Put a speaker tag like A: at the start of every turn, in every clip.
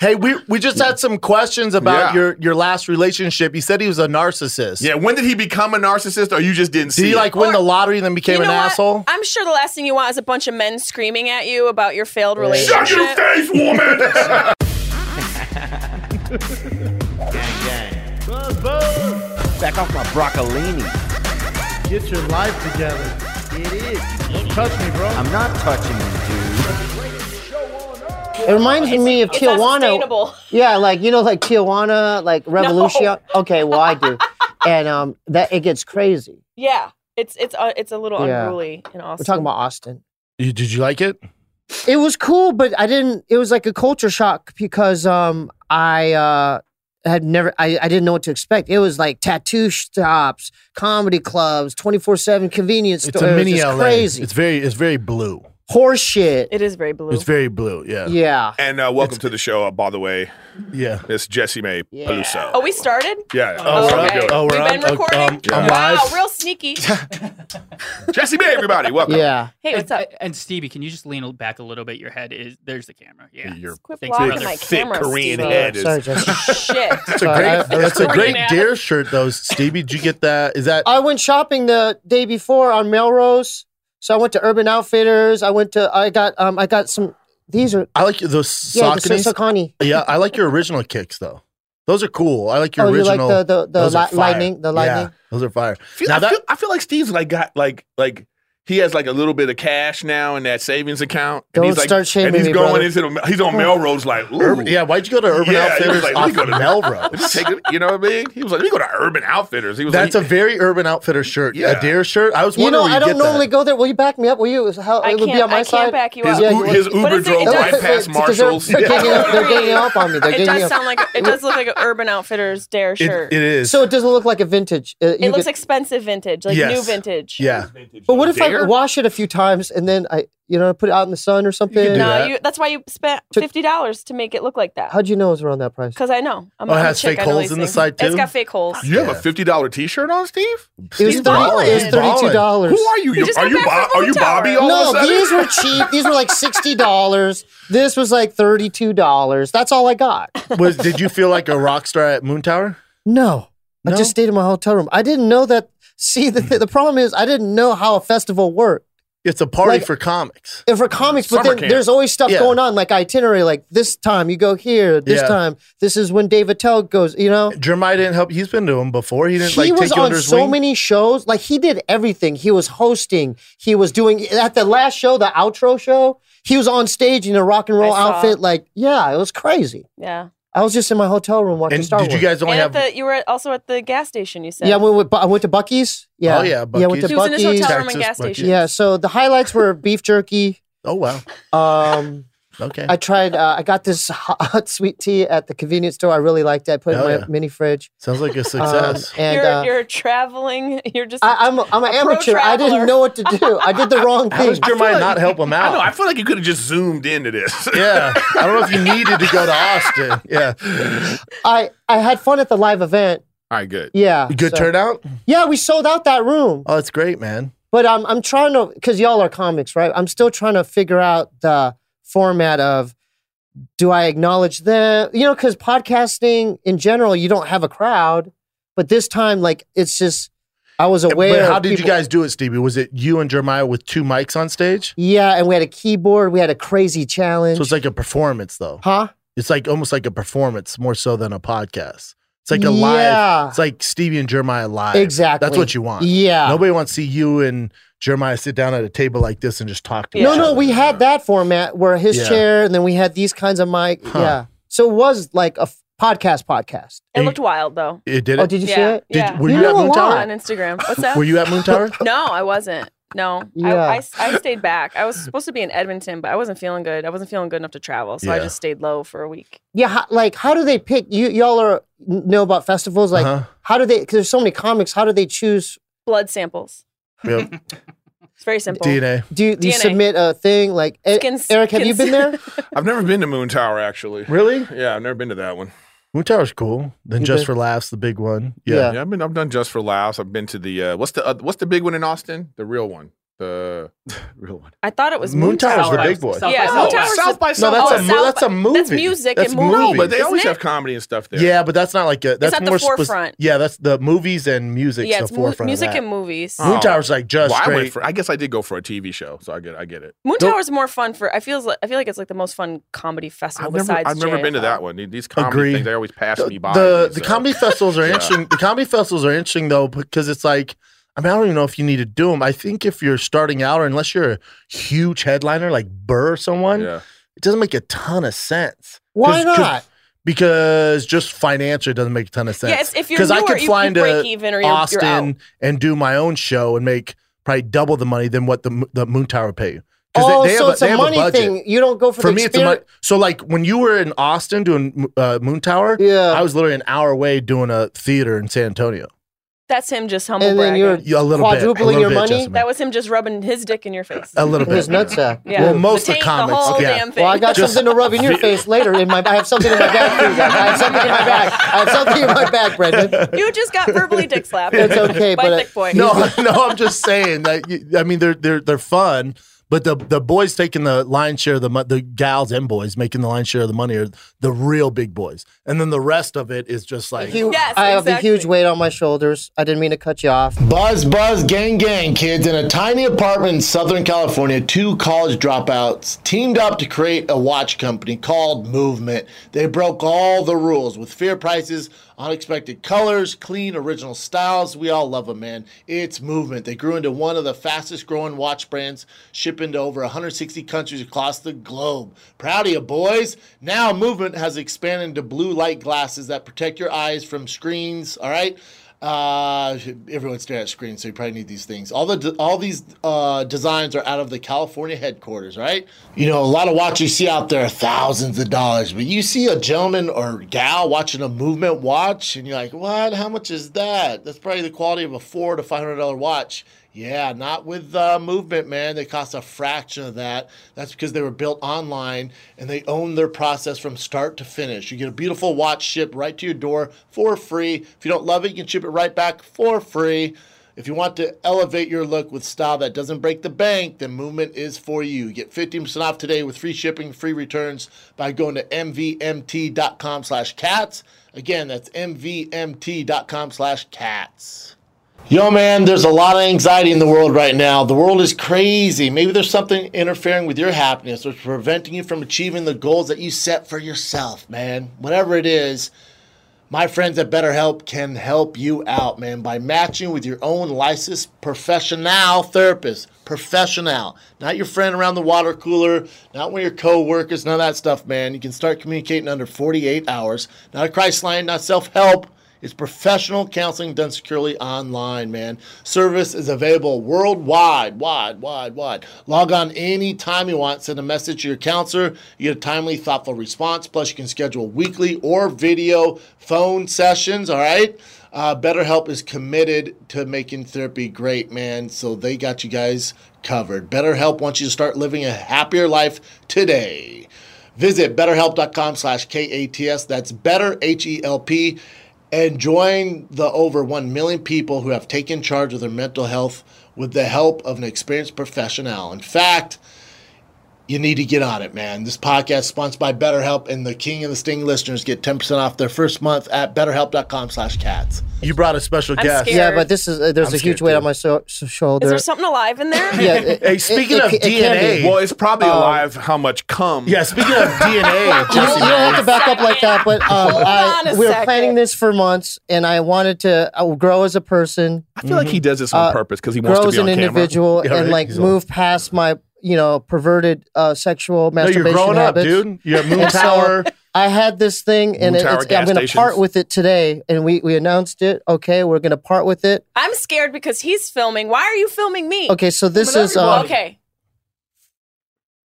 A: Hey, we we just had some questions about
B: Yeah.
A: your your last relationship. You said he was a narcissist.
B: Yeah, when did he become a narcissist, or you just didn't
A: Did
B: see?
A: he
B: it?
A: like win the lottery and then became
C: you
A: an
C: know what?
A: asshole?
C: I'm sure the last thing you want is a bunch of men screaming at you about your failed relationship.
B: Shut your face, woman!
D: Back off my broccolini.
E: Get your life together. It is. Touch me, bro.
D: I'm not touching you, dude.
F: It reminds me of
C: It's not
F: Tijuana.
C: sustainable.
F: Yeah, like you know, like Tijuana, like Revolution. Okay, well I do, and um, that it gets crazy.
C: Yeah, it's it's uh, it's a little
F: Yeah.
C: unruly and awesome.
F: We're talking about Austin.
A: You- did you like it?
F: It was cool, but I didn't. It was like a culture shock because um, I uh, had never. I, I didn't know what to expect. It was like tattoo shops, comedy clubs, twenty four seven convenience
A: It's
F: stores.
A: a mini
F: it's
A: LA.
F: crazy.
A: It's very it's very blue.
F: horse shit.
C: It is very blue.
A: It's very blue. Yeah. Yeah.
F: yeah.
B: and uh, welcome to the show, uh, by the way. It's Jesse May
F: Yeah.
B: Peluso.
C: oh, we started.
B: yeah.
A: Oh, we're
B: how you
A: up?
B: doing?
A: Oh, we're
C: We've
A: up?
C: been
A: Oh,
C: recording.
A: um, I'm
C: wow,
A: live?
C: real sneaky.
B: Jesse May, everybody, welcome.
F: Yeah.
C: Hey, what's
G: and,
C: up?
G: And Stevie, can you just lean back a little bit? Your head is there's the camera. Yeah.
B: Your
C: Quit
G: Thanks,
C: blocking
G: brother.
C: my
B: thick
C: camera,
B: Korean
C: Steve-O.
B: head is
F: Sorry, Jess.
C: Shit.
A: It's a
F: Sorry, I- I-
A: great, that's a
C: Sorry,
A: great
C: Dad.
A: deer shirt though, Stevie. Did you get that? Is that
F: I went shopping the day before on Melrose. So I went to Urban Outfitters. I went to I got um I got some these are
A: I like those
F: yeah, the
A: Sauconies.
F: Sisakani.
A: Yeah, I like your original kicks though. Those are cool. I like your
F: Oh, you like
A: original.
F: the the, the
A: those are
F: li-
A: fire.
F: lightning, the lightning.
A: Yeah, those are fire.
B: Feel-
A: Now
B: I,
A: that-
B: feel, I feel like Steve's like got like like he has like a little bit of cash now in that savings account. And
F: Don't
B: he's like,
F: start shaming
B: And he's
F: me,
B: going
F: brother.
B: into the, he's on Melrose like ooh,
A: Urban- yeah, why'd you go to Urban
B: Yeah, he
A: Outfitters
B: was like, let me
A: off
B: go
A: of
B: to-
A: Melrose?
B: Let's take it, you know what I mean? He was like, let me go to Urban Outfitters. He was
A: That's a
B: like,
A: very Urban Outfitter shirt.
B: Yeah.
A: A deer shirt. I was
F: You
A: wondering
F: know,
A: where
F: I don't
A: get that.
F: normally go there. Will you back me up? Will you? How,
C: I
F: it would
C: can't.
F: be on my
C: I
F: side.
C: can't back you
B: his,
C: up.
F: Yeah,
B: U-
F: you were-
B: his
C: But
B: Uber
C: it's- it
B: drove
C: does-
B: right past
F: because they're-
B: Marshalls.
F: they're ganging up- they're ganging up on me. They're
C: It
F: ganging
C: does
F: up.
C: sound like it does look like an urban outfitters dare
A: It-
C: shirt. It,
A: it is.
F: So it doesn't look like a vintage. Uh, you
C: looks
F: could-
C: expensive vintage, like new
A: Yes.
C: vintage.
A: yeah.
F: But what if I
B: Dare?
F: wash it a few times and then I, you know, put it out in the sun or something?
A: do
C: No,
A: that.
C: you, that's why you spent
F: To-
C: fifty dollars to make it look like that.
F: How'd you know it was around that price?
C: Because I know. I'm,
A: Oh, it
C: I'm a
A: has
C: chick,
A: fake
C: I know
A: holes
C: these
A: in the
C: things.
A: side,
C: It's
A: too?
C: got fake holes.
B: You have
A: Yeah.
B: a fifty dollar T shirt on, Steve?
F: It was
A: Steve
F: thirty. It was
A: Ballin.
F: thirty-two dollars.
B: Who are you?
C: just
B: are
C: got
B: you
C: back
B: Bob,
C: from
B: are you
C: Boone
B: Bobby?
C: Tower.
B: All
F: No,
B: of a
F: these
B: sudden?
F: were cheap. These were like sixty dollars. This was like thirty-two dollars. That's all I got.
A: Was did you feel like a rock star at Moon Tower?
F: No, I
A: No?
F: just stayed in my hotel room. I didn't know that. See, the, the problem is I didn't know how a festival worked.
A: It's a party
F: Like-
A: for comics.
F: And for comics, but
B: Summer
F: then
B: camp.
F: there's always stuff
A: Yeah.
F: going on, like itinerary. Like this time you go here, this
A: Yeah.
F: time this is when Dave Attell goes. You know,
A: Jeremiah didn't help. He's been to him before. He didn't
F: he
A: like
F: was
A: take you
F: on
A: under his
F: so
A: wing.
F: many shows. Like he did everything. He was hosting. He was doing at the last show, the outro show. He was on stage in a rock and roll
C: I saw.
F: outfit. Like, yeah, it was crazy.
C: Yeah.
F: I was just in my hotel room watching
A: and
F: Star
A: did you
F: Wars.
A: guys only
C: And at
A: have?
C: the, you were also at the gas station, you said.
F: yeah, I went, with, Bu- I went to Bucky's. Yeah,
A: Oh, yeah,
F: yeah, I went
A: Buc-ee's.
F: to
C: She was in his
F: Bucky's.
C: hotel room and
A: Texas
C: gas
A: budget.
C: station.
F: Yeah, so the highlights were beef jerky.
A: oh wow.
F: Um,
A: Okay.
F: I tried. Uh, I got this hot sweet tea at the convenience store. I really liked it. I put it in
A: Hell
F: my
A: yeah.
F: mini fridge.
A: Sounds like a
F: Um,
A: success.
F: and
C: you're,
F: uh,
C: you're traveling. You're just.
F: I, I'm a, I'm an
C: a pro
F: amateur. I
C: traveler.
F: didn't know what to do. I did the wrong
A: How
F: thing.
A: does Jeremiah not help him
B: I
A: out?
B: know. I feel like you could have just zoomed into this.
A: yeah. I don't know if you needed to go to Austin. Yeah.
F: I I had fun at the live event.
B: All right, good.
F: Yeah,
A: Good
F: so-
A: turnout.
F: Yeah, we sold out that room.
A: Oh, that's great, man.
F: But I'm I'm trying to because y'all are comics, right? I'm still trying to figure out the format of do I acknowledge them? You know, because podcasting in general, you don't have a crowd. But this time, like it's just I was aware.
A: But
F: of
A: how did you
F: people-
A: guys do it, Stevie? Was it you and Jeremiah with two mics on stage?
F: Yeah, and we had a keyboard. We had a crazy challenge.
A: So it's like a performance, though.
F: huh?
A: It's like almost like a performance more so than a podcast. It's like a live.
F: Yeah.
A: It's like Stevie and Jeremiah live.
F: Exactly.
A: That's what you want.
F: Yeah.
A: Nobody wants to see you and Jeremiah sit down at a table like this and just talk to
C: Yeah.
A: each
F: No, no,
A: other.
F: we had that format where his
A: Yeah.
F: chair, and then we had these kinds of mic.
A: Huh.
F: Yeah, so it was like a f- podcast. Podcast.
C: it looked wild though.
A: It did
F: Oh,
A: it.
F: did you
C: yeah.
F: see it?
A: Did-
C: yeah.
A: were
F: You
A: you,
F: know
A: at
F: a
A: Moon
F: lot.
C: on
A: Tower?
C: Instagram. What's that?
A: Were you at Moon Tower?
C: No, I wasn't. No,
F: Yeah.
C: I, I, I stayed back. I was supposed to be in Edmonton, but I wasn't feeling good. I wasn't feeling good enough to travel, so I
A: Yeah.
C: just stayed low for a week.
F: Yeah, how, like how do they pick? You y'all are know about festivals. Like
A: Uh-huh.
F: how do they? Because there's so many comics. How do they choose?
C: Blood samples.
A: Yep.
C: It's very simple.
A: DNA.
F: Do you, do you
C: DNA.
F: submit a thing? Like E-
C: Skins-
F: Eric, have you
C: skins.
F: been there?
B: I've never been to Moon Tower actually.
A: Really?
B: Yeah, I've never been to that one.
A: Moon Tower's cool. Then
F: You
A: Just
F: bet.
A: for Laughs, the big one.
F: Yeah.
A: Yeah.
B: Yeah, I've been. I've done just for laughs. I've been to the uh, what's the uh, what's the big one in Austin? The real one. The
H: Real one.
C: I thought it was
E: Moon Tower's the
C: Tower.
E: big one.
G: South
C: Yeah,
G: by
C: Moon
G: Southwest.
C: Tower's
B: South
C: just-
B: by
E: No, that's
B: Southwest.
E: a
C: Oh,
E: mo-
C: South
E: that's a movie.
C: That's music
E: That's
C: and movies.
E: movie.
B: but they
C: isn't
B: always
C: it?
B: have comedy and stuff there.
E: Yeah, but that's not like a, that's
C: at the
E: more spec-
C: forefront.
E: yeah, that's the movies and music.
C: yeah, it's mu-
E: forefront. of
C: music
E: that.
C: and movies.
B: Oh.
E: Moon Tower's like just
B: well, I
E: straight.
B: went for. I guess I did go for a TV show, so I get. I get it.
C: Moon
E: Nope.
C: Tower's more fun for. I feels like I feel like it's like the most fun comedy festival
B: I've never.
C: besides.
B: I've never been to
C: JFL.
B: that one. These comedy
E: Agreed.
B: things they always pass
E: the
B: me by.
E: the,
B: these,
E: the
B: uh,
E: comedy festivals are
B: Yeah.
E: interesting. The comedy festivals are interesting though because it's like I mean I don't even know if you need to do them. I think if you're starting out or unless you're a huge headliner like Burr or someone,
B: Yeah.
E: it doesn't make a ton of sense 'Cause-
F: Why
E: 'cause-
F: not?
E: because just financially it doesn't make a ton of sense.
C: Yeah, it's, if you're
E: 'Cause I
C: newer,
E: could
C: you,
E: fly
C: you
E: into
C: break even or you're,
E: Austin
C: you're out.
E: and do my own show and make probably double the money than what the Mo- the Moon Tower would pay you. 'Cause
F: Oh, so
E: have
F: it's a
E: have
F: money
E: budget.
F: thing. You don't go for,
E: For
F: the
E: me, it's a
F: experience.
E: money. So like when you were in Austin doing uh, Moon Tower,
F: yeah.
E: I was literally an hour away doing a theater in San Antonio.
C: That's him just humble
F: and then
C: bragging.
F: you're
E: Yeah, a little bit.
F: Quadrupling
E: a little
F: your
E: bit,
F: money?
E: Jessamine.
C: That was him just rubbing his dick in your face.
E: a little
F: his
E: bit.
F: nutsack.
C: Yeah.
E: Well, most
C: the
E: of
C: tank,
E: comics,
C: The whole
E: yeah.
C: damn thing.
F: Well, I got
E: Just-
F: something to rub in your face later. In my, I have something in my back. for you guys. I have something in my back. I have something in my back, Brendan.
C: you just got verbally dick slapped.
F: It's okay,
C: by
F: but, uh,
C: thick boy.
E: No, no, I'm just saying that. You, I mean, they're they're they're fun, but the the boys taking the lion's share of the mo- the gals and boys making the lion's share of the money are the real big boys, and then the rest of it is just like
F: You-
C: Yes,
F: I have
C: exactly.
F: a huge weight on my shoulders. I didn't mean to cut you off.
A: Buzz, buzz, gang, gang, kids in a tiny apartment in Southern California. Two college dropouts teamed up to create a watch company called Movement. They broke all the rules with fair prices, unexpected colors, clean, original styles. We all love them, man. It's Movement. They grew into one of the fastest growing watch brands, shipping to over 160 countries across the globe. Proud of you, boys. Now, Movement has expanded into blue light glasses that protect your eyes from screens, all right? Uh, everyone's staring at screens, so you probably need these things. All the all these uh, designs are out of the California headquarters, right? You know, a lot of watches you see out there are thousands of dollars, but you see a gentleman or gal watching a movement watch, and you're like, "What? How much is that?" That's probably the quality of a four to five hundred dollar watch. Yeah, not with uh, movement, man. They cost a fraction of that. That's because they were built online and they own their process from start to finish. You get a beautiful watch shipped right to your door for free. If you don't love it, you can ship it right back for free. If you want to elevate your look with style that doesn't break the bank, then Movement is for you. Get 15% off today with free shipping, free returns by going to mvmt.com slash cats. Again, that's mvmt.com slash cats. Yo, man, there's a lot of anxiety in the world right now. The world is crazy. Maybe there's something interfering with your happiness or preventing you from achieving the goals that you set for yourself, man. Whatever it is, my friends at BetterHelp can help you out, man, by matching with your own licensed professional therapist. Professional, not your friend around the water cooler, not one of your coworkers, none of that stuff, man. You can start communicating under 48 hours. Not a crisis line, not self help. It's professional counseling done securely online, man. Service is available worldwide, wide, wide, wide. Log on anytime you want, send a message to your counselor. You get a timely, thoughtful response. Plus, you can schedule weekly or video phone sessions, all right? Uh, BetterHelp is committed to making therapy great, man. So they got you guys covered. BetterHelp wants you to start living a happier life today. Visit betterhelp.com slash K-A-T-S. That's better, H-E-L-P. And join the over 1 million people who have taken charge of their mental health with the help of an experienced professional. In fact, you need to get on it, man. This podcast is sponsored by BetterHelp, and the King of the Sting listeners get 10% off their first month at betterhelp.com slash cats.
E: you brought a special
C: I'm
E: guest.
C: scared.
F: Yeah, but this is uh, there's
E: I'm
F: a huge
E: scared,
F: weight
E: too.
F: on my so- so shoulder.
C: Is there something alive in there?
F: yeah, it-
E: Hey,
F: it-
E: speaking
F: it-
E: of
F: it can be.
E: DNA,
B: Well, it's probably alive. How much cum?
E: Yeah, speaking of DNA,
F: You don't,
E: Jesse,
F: you don't have
E: man,
F: to back up like that, but um,
C: Hold on
F: I,
C: a
F: we were
C: second.
F: planning this for months, and I wanted to I will grow as a person,
B: I feel like he does this on
F: Uh,
B: purpose because he wants
F: grow
B: to
F: as
B: be on
F: an individual,
E: Yeah,
F: and
E: right,
F: like
E: he's old.
F: move past my you know perverted uh, sexual
E: no, you're
F: masturbation
E: growing up,
F: habits.
E: dude. You have Moon
F: And so-
E: Tower.
F: I had this thing, and
B: Moon
F: it,
B: Tower
F: it's,
B: gas
F: I'm going to
B: stations.
F: part with it today, and we we announced it. Okay, we're going to part with it.
C: I'm scared because he's filming. Why are you filming me?
F: Okay, so this is
C: Oh,
F: um,
C: okay.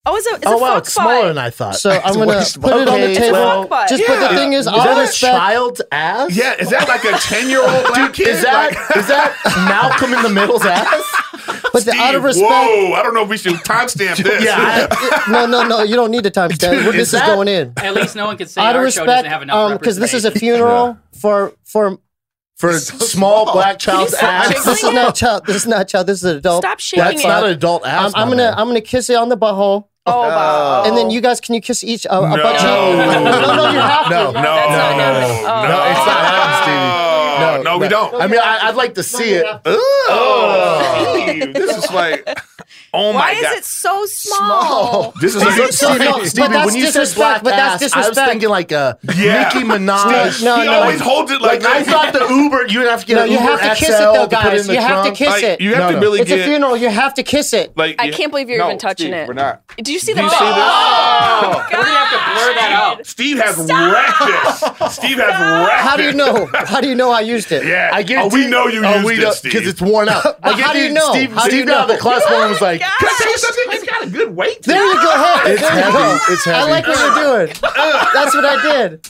C: Oh, it's a, it's
E: Oh
C: a
E: wow,
C: fuck
E: it's smaller
C: bot.
E: than I thought.
F: so I'm going
E: It's
F: to put it on the
E: okay,
F: table.
E: well,
C: Fuck bot.
F: Just but the
B: Yeah.
F: thing is,
E: is
F: I'll
E: that a
F: respect.
E: child's ass?
B: Yeah, is that like a ten-year-old black kid?
E: Is that
B: Like-
E: is that Malcolm in the Middle's ass?
F: But the, out of
B: Steve,
F: respect,
B: Whoa, I don't know if we should timestamp this.
E: Yeah, I-
F: no, no, no. You don't need the time stamp. We're-
E: is
F: This is
E: that-
F: going in.
G: At least no one can say
F: Out of
G: our show doesn't
F: respect,
G: have enough
F: um, because this is a
G: representation.
F: funeral for for
A: for a small, black child's
C: Can you stop
A: ass.
C: jiggling
F: This is not child. This is not child. This is an adult.
C: Stop shaking
A: That's
C: it.
A: not an adult ass.
F: I'm, I'm
A: my
F: gonna
A: man.
F: I'm gonna kiss it on the butthole,
C: oh, Bob.
F: and then you guys can you kiss each a, a
B: No.
F: butt cheek? no, no, you have
A: No,
B: No,
F: to.
C: That's not happening.
B: no,
C: Oh.
A: No, it's not happening,
B: No,
A: Stevie.
B: no, we don't.
A: I mean, I, I'd like to see it.
B: Oh, this is like, oh
C: Why
B: my
C: is
B: god,
C: it so
A: Oh.
C: small?
B: this is like,
A: Stevie,
F: no, but
A: Stevie,
F: that's
A: when you said black
F: disrespect, but that's
A: ass, I was
F: disrespect.
A: thinking like a
B: Yeah.
A: Nicki Minaj.
F: No,
B: he
F: no.
B: always holds it like,
A: Like I
B: this.
A: thought the Uber, you would have to get
F: No,
A: an
F: you
A: Uber
F: have to kiss
A: XL
F: it though,
A: to put
F: guys.
A: in the
F: You have to
A: trunk.
F: kiss
B: Like,
F: it.
B: you have
A: No,
B: to
A: no.
B: really
F: It's a
B: get
F: funeral. You have to kiss it.
B: like
C: I
B: you-
C: can't believe you're
B: No,
C: even touching
B: Steve,
C: it.
B: We're not.
C: Do you see the?
B: you see that?
C: Oh, God.
I: We're gonna have to blur that out.
B: Steve has wrecked this. Steve has wrecked
F: How do you
B: it.
F: know? How do you know I used it?
B: Yeah,
A: I
B: oh,
A: guarantee.
B: we know you
A: oh,
B: used
A: we
B: this, Steve.
A: because it's worn out. I
F: But how do
A: guarantee
F: you know?
A: Steve,
F: How do
A: Steve
F: you know?
A: out of the class one was like,
B: it's got a good weight to
F: There you go. Hey,
A: It's
F: there you go.
A: heavy. It's
F: I
A: heavy.
F: like what you're doing. That's what I did.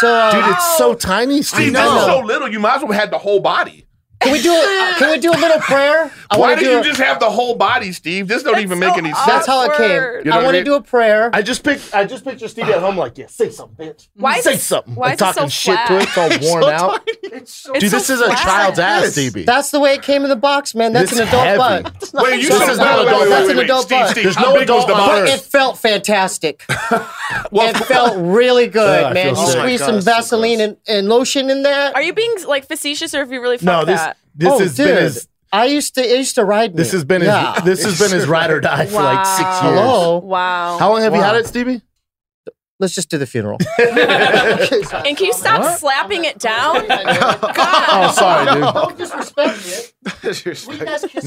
F: So uh,
A: dude, it's so tiny,
B: Steve,
A: Steve.
B: this is
F: know.
B: so little. You might as well have the whole body.
F: can we do it? Can we do a little prayer? I
B: Why
F: wanna
B: do
F: do
B: you
F: a-
B: just have the whole body, Steve? This don't even make any sense.
F: That's how it
C: Awkward.
F: came.
B: You know
F: I
B: what
F: want
B: I
F: to
B: mean?
F: do a prayer.
A: I just pic- I just picture Steve at home like, yeah, say something, bitch.
C: Why is
A: say
C: it-
A: something.
C: why
A: I'm
C: is it so
A: talking shit to
C: flat?
A: it, it's all worn out.
C: It's
A: Dude,
C: so
A: this is a
C: flat.
A: child's ass, Stevie.
F: That's the way it came in the box, man. That's
A: It's
F: an adult
A: heavy.
F: butt.
B: Wait, you
A: This
B: said
A: is not
B: wait, wait,
A: adult.
B: wait,
A: That's
B: wait,
F: an
B: wait.
F: adult
B: Steve,
F: butt.
B: Steve,
A: There's
B: how
A: no
B: big was
A: adult
B: the
A: on
B: bottom?
F: But
A: Earth.
F: it felt fantastic.
B: Well,
F: It felt really good,
A: Yeah, Oh, I
F: man.
A: feel
F: You
A: so-
F: squeeze
A: Oh my
F: some
A: God, that's so
F: Vaseline and, and lotion in there.
C: Are you being like facetious, or have you really fucked
A: No, this
C: that?
A: this
F: oh,
A: has
F: dude.
A: been his
F: I used to it used to ride me.
A: this has been
F: yeah.
A: his this has been his ride or die for like six years.
C: Wow.
F: Hello.
C: Wow.
A: How long have you
F: Wow.
A: had it, Stevie?
F: Let's just do the funeral.
C: and can you stop slapping it down?
A: Oh,
C: God.
A: sorry, dude.
F: Don't disrespect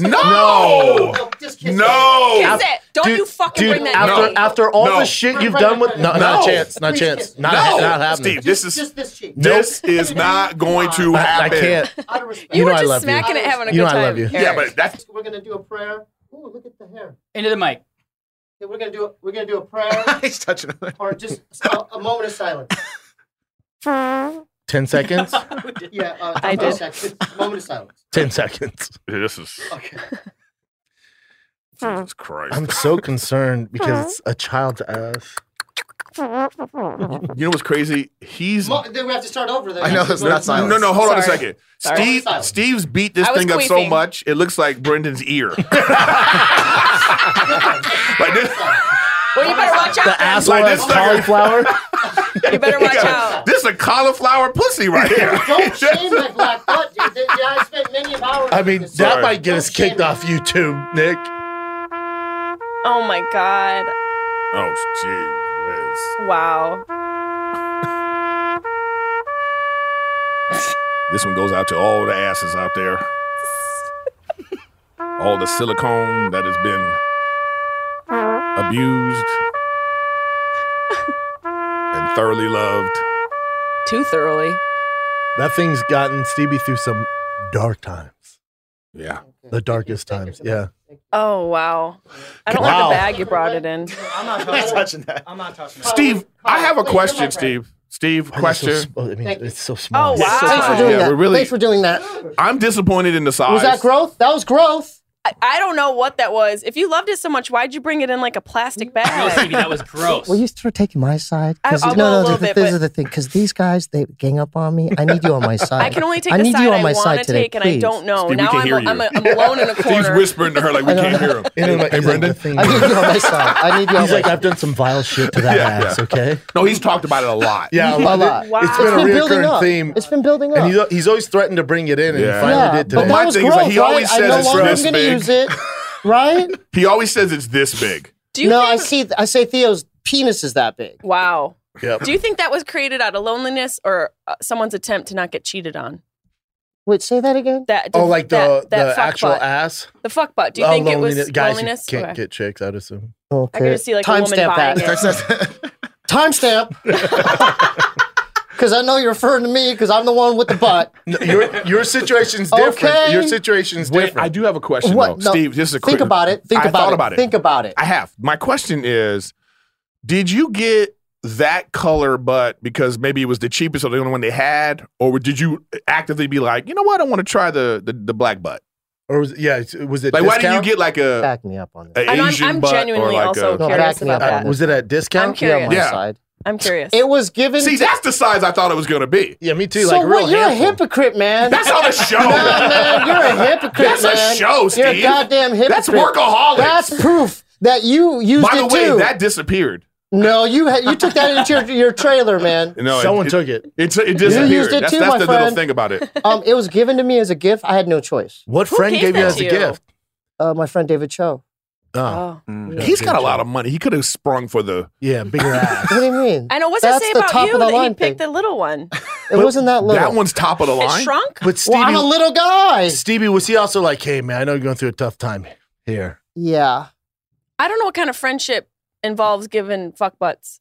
F: it.
B: No! No!
C: Kiss it. Don't
A: Dude,
C: you fucking
A: dude,
C: bring that
A: after
C: down.
A: after all
B: No.
A: the shit you've done with no, not
B: No.
A: a chance, not a chance, not
B: No,
A: not happening.
B: Steve, this is
F: this cheek.
B: this is not going to
A: I, I
B: happen.
A: can't.
F: Out of respect.
C: you,
A: you
C: were
A: know I
C: just
A: love you.
C: smacking it, having a
A: You
C: good
A: know I
C: time.
A: love you.
B: Yeah, but that's
F: We're gonna do a prayer. Ooh, look at the hair.
G: Into the mic.
F: Okay, we're gonna do a, we're gonna do a prayer
I: He's touching on it.
F: or just a, a moment of silence.
A: Ten seconds.
F: Yeah, uh,
C: I did.
F: seconds. A moment of silence.
A: Ten seconds.
B: this is Jesus Christ.
A: I'm so concerned because it's a child's ass.
B: You know what's crazy? He's
F: Mo- then we have to start over. Then
I: I know, it's not silence.
B: No, no, hold on a
C: Sorry.
B: second.
C: Sorry.
B: Steve,
F: Silence.
B: Steve's beat this
C: I was
B: thing up so
C: queefing.
B: much, it looks like Brendan's ear. like this,
C: Well, you better watch out.
A: The
C: then.
A: asshole
B: Like
A: has
B: this sucker.
A: cauliflower.
C: You better watch out.
B: this is a cauliflower pussy right here.
F: Don't shame my black butt, dude. Yeah, I spent many hours.
A: I mean, that
B: Sorry.
A: might get us kicked off YouTube, Nick.
C: Oh my god.
B: oh, gee.
C: Wow.
B: This one goes out to all the asses out there. all the silicone that has been abused and thoroughly loved.
C: Too thoroughly.
A: That thing's gotten Stevie through some dark times,
B: Yeah.
A: the darkest times. Yeah.
C: Oh wow. I don't like
A: Wow.
C: the bag you brought it in.
E: I'm not touching
I: touching that.
E: I'm not touching
B: Steve, I have a
F: Wait, you're my
B: question,
F: friend.
B: Steve. Steve,
A: Why is it Oh, so
B: question.
A: sm- I mean,
F: Thank you.
A: it's so small.
C: Oh, wow.
F: Thanks for
C: Wow.
F: doing
B: Yeah,
F: that.
B: we're really-
F: Thanks for doing that.
B: I'm disappointed in the size.
F: Was that growth? That was growth.
C: I, I don't know what that was. If you loved it so much, why'd you bring it in like a plastic
G: No,
C: bag?
G: Stevie, that was gross.
F: Were you still taking my side?
C: I-
F: 'Cause-
C: I'll go a
F: no, no,
C: little
F: th- th-
C: bit,
F: this
C: but-
F: is the thing. Because these guys, they gang up on me. I need you on my side.
C: I can only take
F: I
C: the
F: need
C: side
F: you on my
C: I want
F: side
C: to
F: today,
C: take, and I
F: please.
C: don't know.
B: Steve, we
C: now
B: can
C: I'm,
B: hear
C: a, I'm,
B: you.
C: a, I'm alone in a
B: Steve's
C: corner.
B: whispering to her like we can't hear him.
A: You know, like,
B: Hey,
A: he's like,
B: Brendan?
A: the thing-
F: I need you on my side. I need you on
A: He's
F: my
A: like, I've done some vile shit to that
B: Yeah,
A: ass, okay?
B: No, he's talked about it a lot.
A: Yeah,
F: A lot.
C: Wow.
A: It's been
F: It's
A: a
F: been building
A: recurring
F: up.
A: theme.
F: It's been building up.
A: And he's, he's always threatened to bring it in, and
B: Yeah.
A: he finally
F: yeah,
A: did
F: but
A: today.
B: My
F: that was
B: thing
F: growth,
B: is, like, he
F: right?
B: always
F: I
B: says
F: no
B: it's
F: longer am
B: this
F: going
B: big.
F: to use it, right?
B: He always says it's this big.
C: Do you
F: no,
C: think?
F: I see. I say Theo's penis is that big.
C: wow.
A: Yep.
C: Do you think that was created out of loneliness or uh, someone's attempt to not get cheated on?
F: Wait, say that again.
C: That
A: oh, like the,
C: that, that
A: the
C: fuck
A: actual
C: butt.
A: ass?
C: the fuck butt. Do you
A: oh,
C: think it was
A: loneliness. Guys who
C: loneliness?
A: can't
C: Okay.
A: get chicks, I'd assume.
F: Okay.
C: I could see like a woman
F: Timestamp
C: buying
F: that.
C: it.
F: Timestamp. Because I know you're referring to me because I'm the one with the butt.
A: No, your, your situation's different.
F: Okay.
A: Your situation's different.
B: I do have a question
F: What?
B: though,
F: No,
B: Steve. This is a
F: Think
B: quick-
F: about it. Think
B: I
F: about
B: thought
F: it.
B: about it.
F: Think about it.
B: I have. My question is, did you get that color butt because maybe it was the cheapest or the only one they had, or did you actively be like, you know what, I want to try the the, the black butt?
A: Or was, yeah, it's- uh, was it
B: Like, why do you
A: discount?
B: get like a,
F: Back me up on this.
B: a
C: I'm-
B: Asian
C: I'm
B: butt or
C: genuinely
B: like
C: also
B: a?
F: No,
C: curious
F: back me
C: about
F: up
C: that.
F: on this.
A: Was it at discount?
C: I'm curious.
F: My
B: Yeah.
F: side.
C: I'm curious.
F: It was given.
B: See,
F: to-
B: that's the size I thought it was going to be.
A: Yeah, me too.
F: so
A: like a real
F: what? You're
A: handful.
F: a hypocrite, man.
B: That's on a show.
F: Nah, man, you're a hypocrite.
B: That's a
F: man.
B: show,
F: You're a
B: Steve.
F: goddamn hypocrite.
B: That's workaholics.
F: That's proof that you used
B: By the
F: it
B: way,
F: too.
B: that disappeared.
F: no, you had, you took that into your, your trailer, man.
B: No,
A: Someone
B: it,
A: took it.
B: It, it, disappeared.
F: You used it
B: that's
F: too,
B: that's
F: my
B: the little
F: friend.
B: thing about it.
F: Um, it was given to me as a gift. I had no choice.
A: What
C: Who
A: friend
C: gave
A: gave you
C: that
A: as
C: to
A: a
C: you?
A: gift?
F: Uh, my friend David Cho.
A: Oh,
C: oh.
B: He's got a lot of money. He could have sprung for the.
A: yeah, bigger ass.
F: What do you mean?
C: I know. What's that
F: That's
C: say
F: the
C: about
F: top
C: you
F: of the
C: that he
F: line
C: picked
F: thing.
C: the little one?
F: It wasn't that little.
B: That one's top of the
C: It
B: line.
C: shrunk.
A: But Stevie,
F: well, I'm a little guy.
A: Stevie was he also like, hey man, I know you're going through a tough time here.
F: Yeah,
C: I don't know what kind of friendship involves giving fuck butts.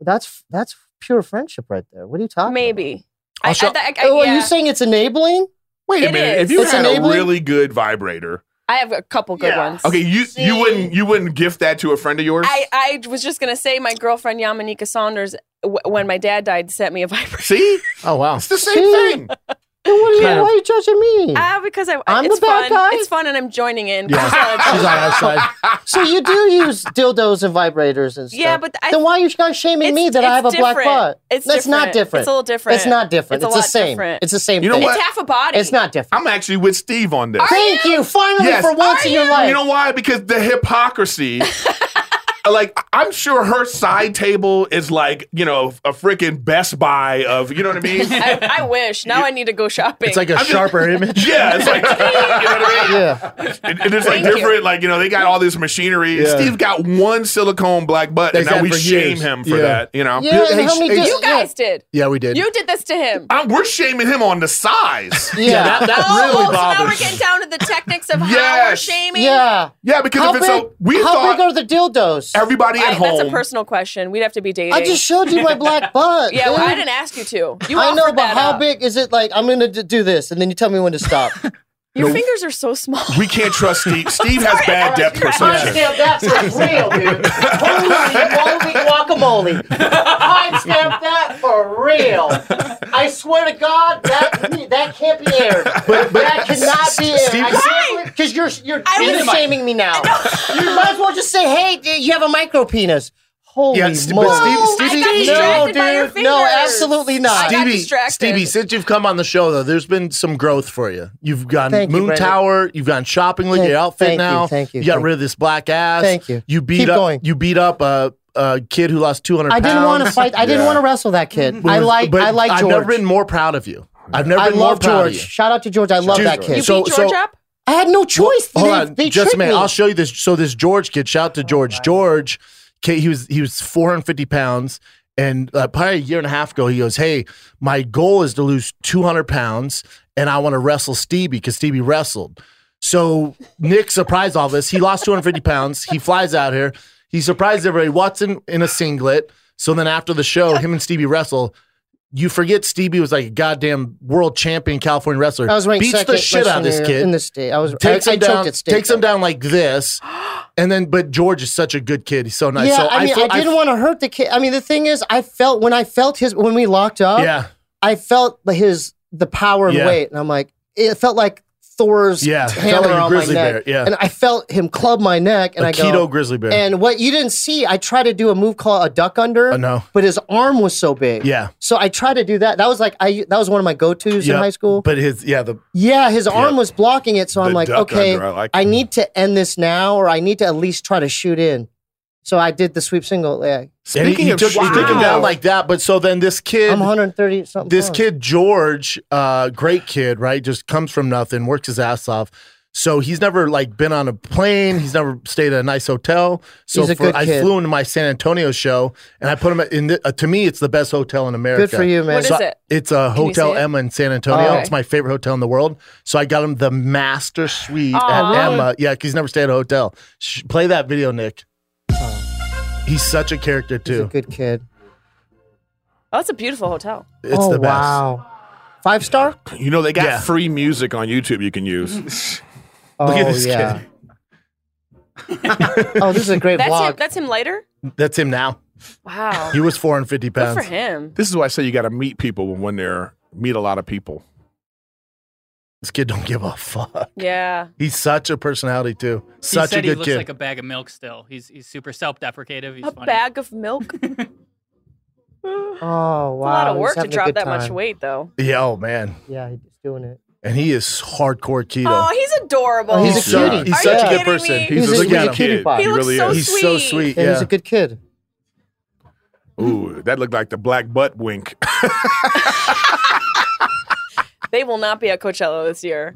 F: that's that's pure friendship right there. What are you talking?
C: Maybe.
A: I'll
C: I,
A: show-
C: I, I, I,
F: About? Oh, are
C: yeah.
F: you saying it's enabling?
B: Wait a
C: It
B: minute.
C: is.
B: If you
F: It's
B: had
F: enabling?
B: a really good vibrator,
C: I have a couple good ones.
B: okay, you you wouldn't you wouldn't gift that to a friend of yours.
C: I, I was just gonna say my girlfriend Yamanika Saunders, w- when my dad died, sent me a vibrator.
B: See,
A: Oh wow.
B: it's the same
F: See?
B: thing.
F: Then what are you,
A: Kind of-
F: why are you judging me?
C: Ah, because I,
F: I'm
C: it's
F: the bad
C: fun.
F: guy?
C: It's fun, and I'm joining in.
A: Yeah, she's on our side.
F: so you do use dildos and vibrators and stuff.
C: Yeah, but I-
F: then why are you guys shaming
C: It's-
F: me that I have a
C: it's
F: black
C: different.
F: butt?
C: It's
F: that's not
C: different.
F: different.
C: It's a little different.
F: It's not different.
C: It's a
F: It's, the
C: lot
F: same.
C: different.
F: It's the same.
B: You know
F: thing.
B: what?
C: It's half a body.
F: It's not different.
B: I'm actually with Steve on this.
F: Thank you. Finally,
B: Yes.
F: for once
B: Are
F: in your life.
B: You know why? Because the hypocrisy. like I'm sure her side table is like you know a freaking Best Buy of you know what I mean.
C: I, I wish. Now I need to go shopping.
A: It's like a sharper image.
B: Yeah, it's like you know what I mean.
F: yeah.
B: And, and it's like
C: Thank you.
B: different, like you know, they got all this machinery. and
A: Yeah.
B: Steve got one silicone black butt, and
A: They've
B: now
A: had
B: we
A: for
B: shame
A: years.
B: him for
A: Yeah.
B: that. You know,
F: Yeah.
A: Hey,
F: and how many
A: hey,
F: dis-
C: you guys did.
A: Yeah, we did.
C: You did this to him.
B: I'm, we're shaming him on the size.
F: Yeah. Yeah.
A: that, that
C: oh,
A: really
C: oh, so now we're
A: bothers.
C: getting down to the technics of how we're
B: Yes.
C: shaming.
B: yeah, because
F: How
B: if
F: big?
B: it's so, we
F: how
B: thought
F: big are the dildos?
B: everybody
C: I-
B: at home.
C: that's a personal question. We'd have to be dating.
F: I just showed you my black butt.
C: yeah, well,
F: dude.
C: I didn't ask you to. You
F: I know,
C: offered
F: but
C: that
F: how
C: up.
F: big is it? Like, I'm gonna d- do this, and then you tell me when to stop.
C: Your fingers are so small.
B: we can't trust Steve. Steve has bad depth perception.
F: that for real, dude. Holy moly, guacamole! Time stamp that for real. I swear to God, that that can't be aired.
A: But- but-
F: that cannot be
A: Steve-
F: aired. Because you're you're
C: I
F: you're
C: was-
F: shaming me now. you might as well just say, "Hey, d- you have a micro penis." Holy
A: Yeah, Ste-
F: moly!
A: but Steve,
C: I
A: Stevie,
C: got
F: no,
C: distracted by your
F: dude, no,
C: fingers.
F: absolutely not.
C: I got
A: Stevie,
C: distracted.
A: Stevie, since you've come on the show though, there's been some growth for you. You've gone
F: Thank you,
A: Moon
F: Brandon.
A: Tower. You've gone shopping with
F: Thank-
A: your outfit
F: thank you,
A: now.
F: thank you,
A: got
F: thank
A: rid of this black ass.
F: Thank you.
A: You beat
F: Keep
A: up.
F: going.
A: You beat up a, a kid who lost 200
F: I
A: pounds.
F: didn't want to fight. I didn't
B: Yeah.
F: want to wrestle that kid. I
A: But-
F: like.
A: but
F: I like George.
A: I've never been more proud of you. I've never
F: I
A: been more
F: love
A: proud of
F: George.
A: you.
F: Shout out to George. I love
A: Dude,
F: that
A: you
F: kid.
A: beat So-
C: Beat George
A: so-
C: up.
F: I had no choice.
A: Hold
F: they,
A: on,
F: they
A: just a
F: tricked
A: minute.
F: me. Oh,
A: I'll show you this. So this George kid, shout out to George. George, George, he was he was 450 pounds, and uh, probably a year and a half ago, he goes, "Hey, my goal is to lose 200 pounds, and I want to wrestle Stevie because Stevie wrestled." So Nick surprised all this. He lost 250 pounds. He flies out here. He surprised everybody. Watson in a singlet. So then after the show, him and Stevie wrestle. You forget Stevie was like a goddamn world champion California wrestler.
F: I was ranked
A: Beats
F: second
A: the shit out of this
F: wrestler
A: kid
F: in the state. I was
A: takes
F: I, I
A: him down,
F: choked at state.
A: takes him
F: though.
A: down like this, and then. But George is such a good kid. He's so nice.
F: Yeah,
A: so
F: I mean, I,
A: feel-
F: didn't want to hurt the kid. I mean, the thing is, I felt when I felt his when we locked up.
A: Yeah,
F: I felt the- his the power and
A: Yeah.
F: weight, and I'm like, it felt like Thor's
A: Yeah, it felt
F: hammer
A: like a
F: on
A: grizzly
F: my
A: bear,
F: neck.
A: yeah.
F: and I felt him club my neck, and
A: a
F: I
A: keto
F: go.
A: grizzly bear.
F: And what you didn't see, I tried to do a move called a duck under.
A: I know.
F: but his arm was so big.
A: yeah,
F: So I tried to do that. That was like I that was one of my go tos
A: yeah.
F: in high school.
A: But his yeah the
F: yeah, his arm was blocking it, so I'm
B: The
F: like,
B: duck
F: okay,
B: under, I like
F: I
B: it.
F: need to end this now, or I need to at least try to shoot in. So I did the sweep single leg.
A: and he,
B: Speaking
A: he
B: of
A: took he took him
B: wow.
A: down like that. But so then this kid.
F: I'm 130 something.
A: this
F: pounds.
A: kid George, uh, great kid, right? Just comes from nothing, works his ass off. So he's never like been on a plane. He's never stayed at a nice hotel. So
F: He's a
A: for,
F: good
A: I
F: kid.
A: flew into my San Antonio show, and I put him in. The, uh, to me, it's the best hotel in America.
F: Good for you, man.
C: What is
A: So
C: it?
A: It's a
C: you
A: hotel
C: say it?
A: Emma in San Antonio.
F: Oh.
A: It's my favorite hotel in the world. So I got him the master suite at
C: Aw.
A: Emma. Yeah, 'cause he's never stayed at a hotel. Sh- play that video, Nick. He's such a character
F: He's a
A: too.
F: good kid.
C: Oh, it's a beautiful hotel.
A: It's
F: oh
A: the best.
F: wow, five star.
B: You know they got
A: Yeah.
B: free music on YouTube you can use.
C: Mm-hmm.
F: Oh
A: at this
F: yeah. oh, this is a great
C: That's him.
F: vlog.
C: That's him later.
A: That's him now.
C: Wow.
A: He was four and fifty
C: Good
A: pounds.
C: for him.
B: this is why I say you got to meet people when they're meet a lot of people.
A: This kid don't give a fuck.
C: Yeah.
A: He's such a personality too. Such
G: he said
A: a
G: he
A: good
G: looks
A: kid.
G: like a bag of milk. Still, he's he's super self-deprecative. He's
C: A
G: funny.
C: bag of milk. It's
F: Oh
C: a
F: wow,
C: lot of
F: he's
C: work to
F: having a
C: drop
F: good
C: that much
F: time.
C: weight, though.
A: Yeah, oh man,
F: Yeah, he's doing it.
A: and he is hardcore keto.
C: Oh, he's adorable.
F: Oh, he's
A: he's
F: a cutie.
A: such- He's
C: Are you
A: such a good
C: kidding
A: person.
C: me?
A: He's,
F: He's
A: a,
F: a-
A: look
F: he's
A: at
F: a
A: him.
F: cutie
B: kid.
F: pie.
C: He
B: He
C: looks
B: really
C: so
B: is.
A: He's
C: sweet.
A: so sweet.
F: Yeah,
A: Yeah.
F: he's a good kid.
B: Ooh, that looked like the black butt wink.
C: They will not be at Coachella this year.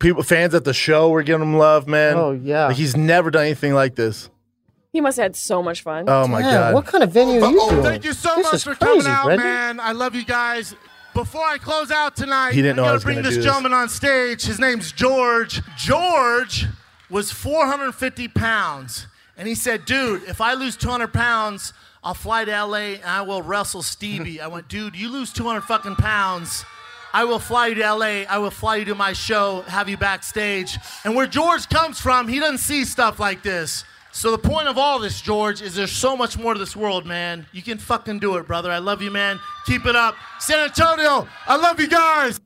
A: People, fans at the show were giving him love, man.
F: Oh yeah.
A: Like, he's never done anything like this.
C: He must have had so much fun.
A: Oh my
F: Man,
A: god.
F: What kind of venue are you doing?
E: Thank you so
F: This
E: much
F: is
E: for coming
F: crazy,
E: out,
F: Brendan.
E: man. I love you guys. Before I close out tonight,
A: He didn't know
E: I
A: I
E: gotta
A: was
E: bring
A: gonna
E: this
A: do this.
E: gentleman on stage. His name's George. George was 450 pounds, and he said, "Dude, if I lose 200 pounds, I'll fly to LA and I will wrestle Stevie." I went, "Dude, you lose 200 fucking pounds." I will fly you to LA. I will fly you to my show, have you backstage. And where George comes from, he doesn't see stuff like this. So the point of all this, George, is there's so much more to this world, man. You can fucking do it, brother. I love you, man. Keep it up. San Antonio, I love you guys.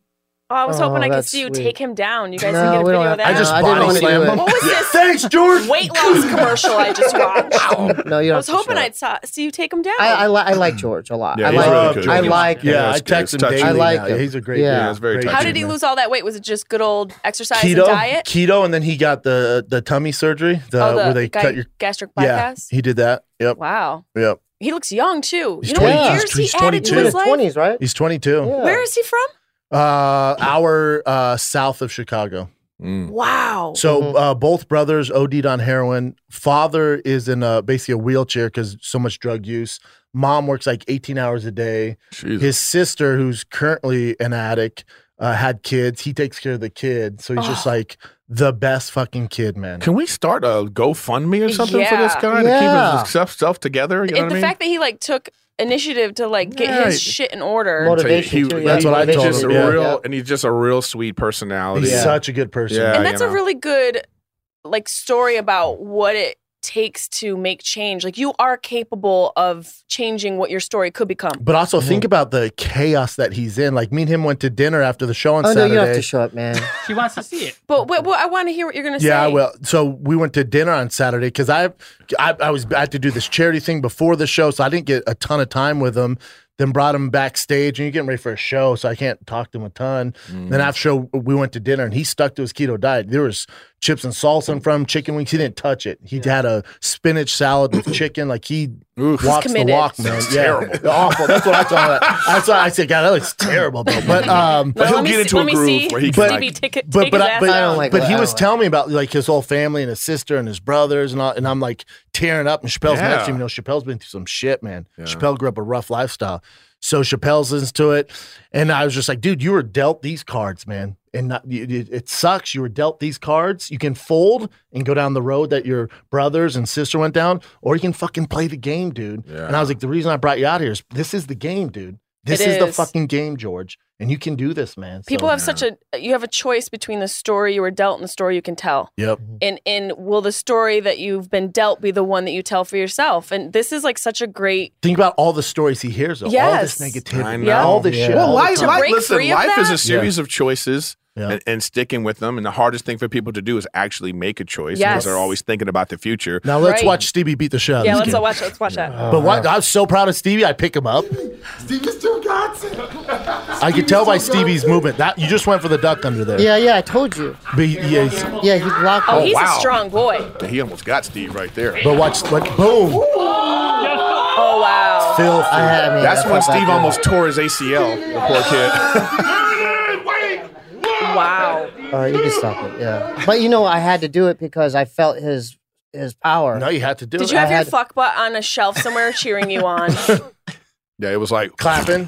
C: Oh, I was
F: Oh,
C: hoping I could
F: that's
C: see you
F: sweet.
C: take him down. You guys
F: No,
C: can get a
F: we
C: video
F: don't
C: of that.
F: have-
A: I just
F: No, I didn't
A: body
F: wanna do
A: slammed
F: it.
A: him.
C: What was this
A: Thanks, George.
C: weight loss commercial I just watched?
F: No, you don't.
C: I was
F: have to
C: hoping
F: show
C: I'd
F: it.
C: saw, see you take him down.
F: I, I, li- I like George a lot.
B: Yeah,
F: I
B: he's
F: like.
B: really good.
F: I like.
B: Yeah,
A: Yeah, I
B: it's good. It's
A: text him
B: touching.
A: daily.
F: I like
A: now.
F: him.
A: He's a great.
F: Yeah.
A: dude.
F: Yeah,
B: it's very
A: Great
B: touching.
C: How
A: dude,
C: did he
A: man.
C: lose all that weight? Was it just good old exercise
A: Keto,
C: and diet?
A: keto, and then he got the the tummy surgery, the,
C: oh, the
A: where they
C: gy-
A: cut your.
C: gastric
A: Yeah,
C: bypass.
A: he did that. Yep,
C: Wow,
A: yep.
C: he looks young too.
A: He's
C: you know what
F: 20
C: years
A: he's
C: he added
F: He's
C: to his
F: in his
A: He's
C: life?
F: twenties, right?
A: He's 22.
F: Yeah.
C: Where is he from?
A: Uh, hour uh, south of Chicago.
B: Mm.
C: Wow.
A: So
F: Mhm.
A: uh, both brothers OD'd on heroin. Father is in a, basically a wheelchair because so much drug use. Mom works like 18 hours a day.
B: Jesus.
A: His sister, who's currently an addict, uh, had kids. He takes care of the kid. So he's just
C: Oh.
A: like the best fucking kid, man.
B: Can we start a Uh, GoFundMe or something for this
C: Yeah.
B: guy to
F: Yeah.
B: keep his stuff, stuff together? You know
C: And
B: what
C: the
B: I mean?
C: fact that he like took initiative to like get
B: Yeah, he-
C: his shit in order.
B: I'll tell you,
F: Motivation, too, yeah.
A: That's what I
B: he's
A: told
B: just
A: him,
B: a
A: yeah.
B: real,
F: Yeah.
B: and he's just a real sweet personality.
A: He's
F: Yeah.
A: such a good person.
B: Yeah.
C: and that's
B: you
C: a
B: know.
C: really good like story about what it takes to make change like you are capable of changing what your story could become
A: But
F: Mm-hmm.
A: also
B: Mm-hmm.
A: think about the chaos that he's in. Like me and him went to dinner after the show on
F: Oh no,
A: Saturday.
F: you don't have to show up, man.
G: She wants to see it.
C: but wh- wh- i want to hear what you're gonna say
A: Yeah, well, so we went to dinner on Saturday because I, I, I was I had to do this charity thing before the show, so I didn't get a ton of time with him. Then brought him backstage, and you're getting ready for a show, so I can't talk to him a ton.
B: Mm.
A: Then after show, we went to dinner, and he stuck to his keto diet. There was chips and salsa in front of him, chicken wings. He didn't touch it. He had a spinach salad with chicken. Like he
B: Oof.
A: walks
C: committed.
A: the walk, man.
B: Sounds
A: Yeah,
B: terrible.
A: awful. That's what I told him. That's why I said, God, that looks terrible, bro. But um,
B: But
C: Let
B: he'll
C: me
B: get
C: see-
B: into
C: let
B: a
C: me see.
B: groove where he can.
A: But-
B: like,
C: Maybe take it
A: but
C: take
A: but
C: his
A: I,
C: ass
A: but,
F: I don't
C: out.
F: like
A: but
F: that.
A: he
F: I
A: was
F: don't
A: telling me about like his whole family and his sister and his brothers and all, and I'm like tearing up and Chappelle's next
B: Yeah.
A: to him. You know, Chappelle's been through some shit, man.
B: Yeah.
A: Chappelle grew up a rough lifestyle, so Chappelle's listens to it, and I was just like, dude, you were dealt these cards, man, and not, it, it- it sucks. You were dealt these cards. You can fold and go down the road that your brothers and sister went down, or you can fucking play the game, dude. And I was like, the reason I brought you out here is this is the game, dude. This
C: It
A: is the
C: is.
A: fucking game, George, and you can do this, man. So-
C: people have such a you have a choice between the story you were dealt and the story you can tell
A: Yep.
C: and and will the story that you've been dealt be the one that you tell for yourself and this is like such a great
A: Think about all the stories he hears, though. all this
C: Yes.
B: I
A: negativity,
B: know.
A: all this shit.
F: Well,
A: all the
B: life,
C: To
A: time.
B: life,
C: break
B: listen,
C: free of
B: life is
C: that?
B: a series of choices
A: Yeah.
B: and, and sticking with them. And the hardest thing for people to do is actually make a choice because
C: Yes.
B: they're always thinking about the future.
A: Now let's
C: Right.
A: watch Stevie beat the shit out of
C: yeah
A: this
C: let's
A: kid.
C: all watch let's watch that
F: Oh,
A: But what, I'm so proud of Stevie. I pick him up.
J: Stevie still got it.
A: I could tell by Stevie's movement that you just went for the duck under there.
F: yeah, yeah, I told you.
A: But, he- yeah, he's-
F: Yeah, he's locked.
C: oh,
F: up.
C: he's
B: wow.
C: a strong boy
B: He almost got Steve right there.
A: but watch, like, boom,
C: oh wow
A: filthy.
F: I had- I mean,
B: That's
F: I
B: when
F: felt bad
B: Steve
F: for him.
B: almost tore his ACL. The poor kid.
C: wow
F: All right, you can stop it. Yeah, but you know, I had to do it because I felt his his power.
A: no, you had to do
C: did
A: it.
C: you have
F: I
C: your
F: had-
C: fuck butt on a shelf somewhere cheering you on
B: Yeah, it was like
A: clapping?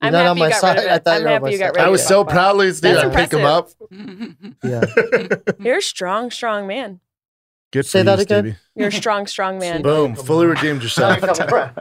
C: I'm
F: not
C: happy
F: on
C: you
F: my
C: got
F: side.
C: rid of it.
F: I thought
C: am
F: you were on
C: happy
F: my
C: you got
F: side.
C: rid of
A: I was
C: it.
A: so proudly Stevie.
C: That's
A: I pick him up.
C: impressive.
F: Yeah.
C: You're a strong, strong man.
A: Good
F: Say
A: for
F: that
A: you,
F: again.
A: Stevie.
C: You're a strong, strong man.
A: Boom, fully redeemed yourself. all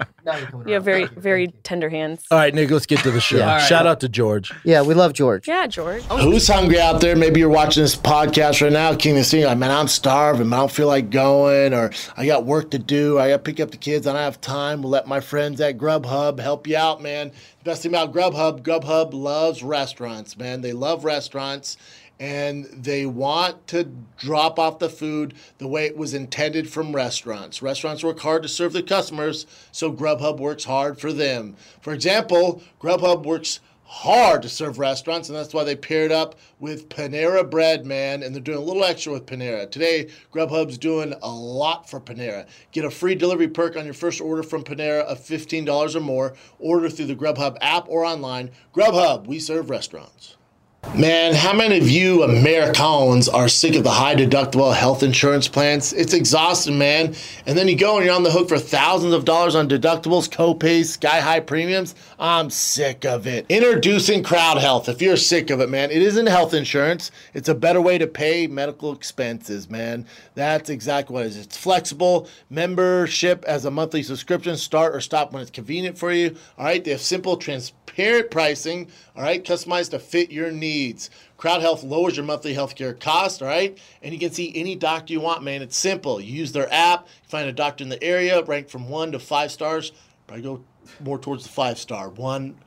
C: You have very, very tender hands.
A: right, Nick, let's get to the show.
F: Yeah.
G: All right.
A: Shout out to George.
F: Yeah, we love George.
C: Yeah, George. Oh,
K: Who's hungry out there? Maybe you're watching this podcast right now, King of Singing, like, man, I'm starving, man, I don't feel like going, or I got work to do, I got to pick up the kids, I don't have time. We'll let my friends at Grubhub help you out, man. The best thing about Grubhub, Grubhub loves restaurants, man. They love restaurants.
A: and they want to drop off the food the way it was intended from restaurants. Restaurants work hard to serve their customers, so Grubhub works hard for them. For example, Grubhub works hard to serve restaurants, and that's why they paired up with Panera Bread, man, and they're doing a little extra with Panera. Today, Grubhub's doing a lot for Panera. Get a free delivery perk on your first order from Panera of $15 or more. Order through the Grubhub app or online. Grubhub, we serve restaurants. Man, how many of you Americans are sick of the high deductible health insurance plans? It's exhausting, man. And then you go and you're on the hook for thousands of dollars on deductibles, copays, sky high premiums. I'm sick of it. Introducing Crowd Health. If you're sick of it, man, it isn't health insurance. It's a better way to pay medical expenses, man. That's exactly what it is. It's flexible membership as a monthly subscription. Start or stop when it's convenient for you. All right, they have simple, transparent pricing. All right, customized to fit your needs. Crowd Health lowers your monthly healthcare cost, all right? And you can see any doctor you want, man. It's simple. You use their app, you find a doctor in the area, ranked from one to five stars. Probably go more towards the five star. One,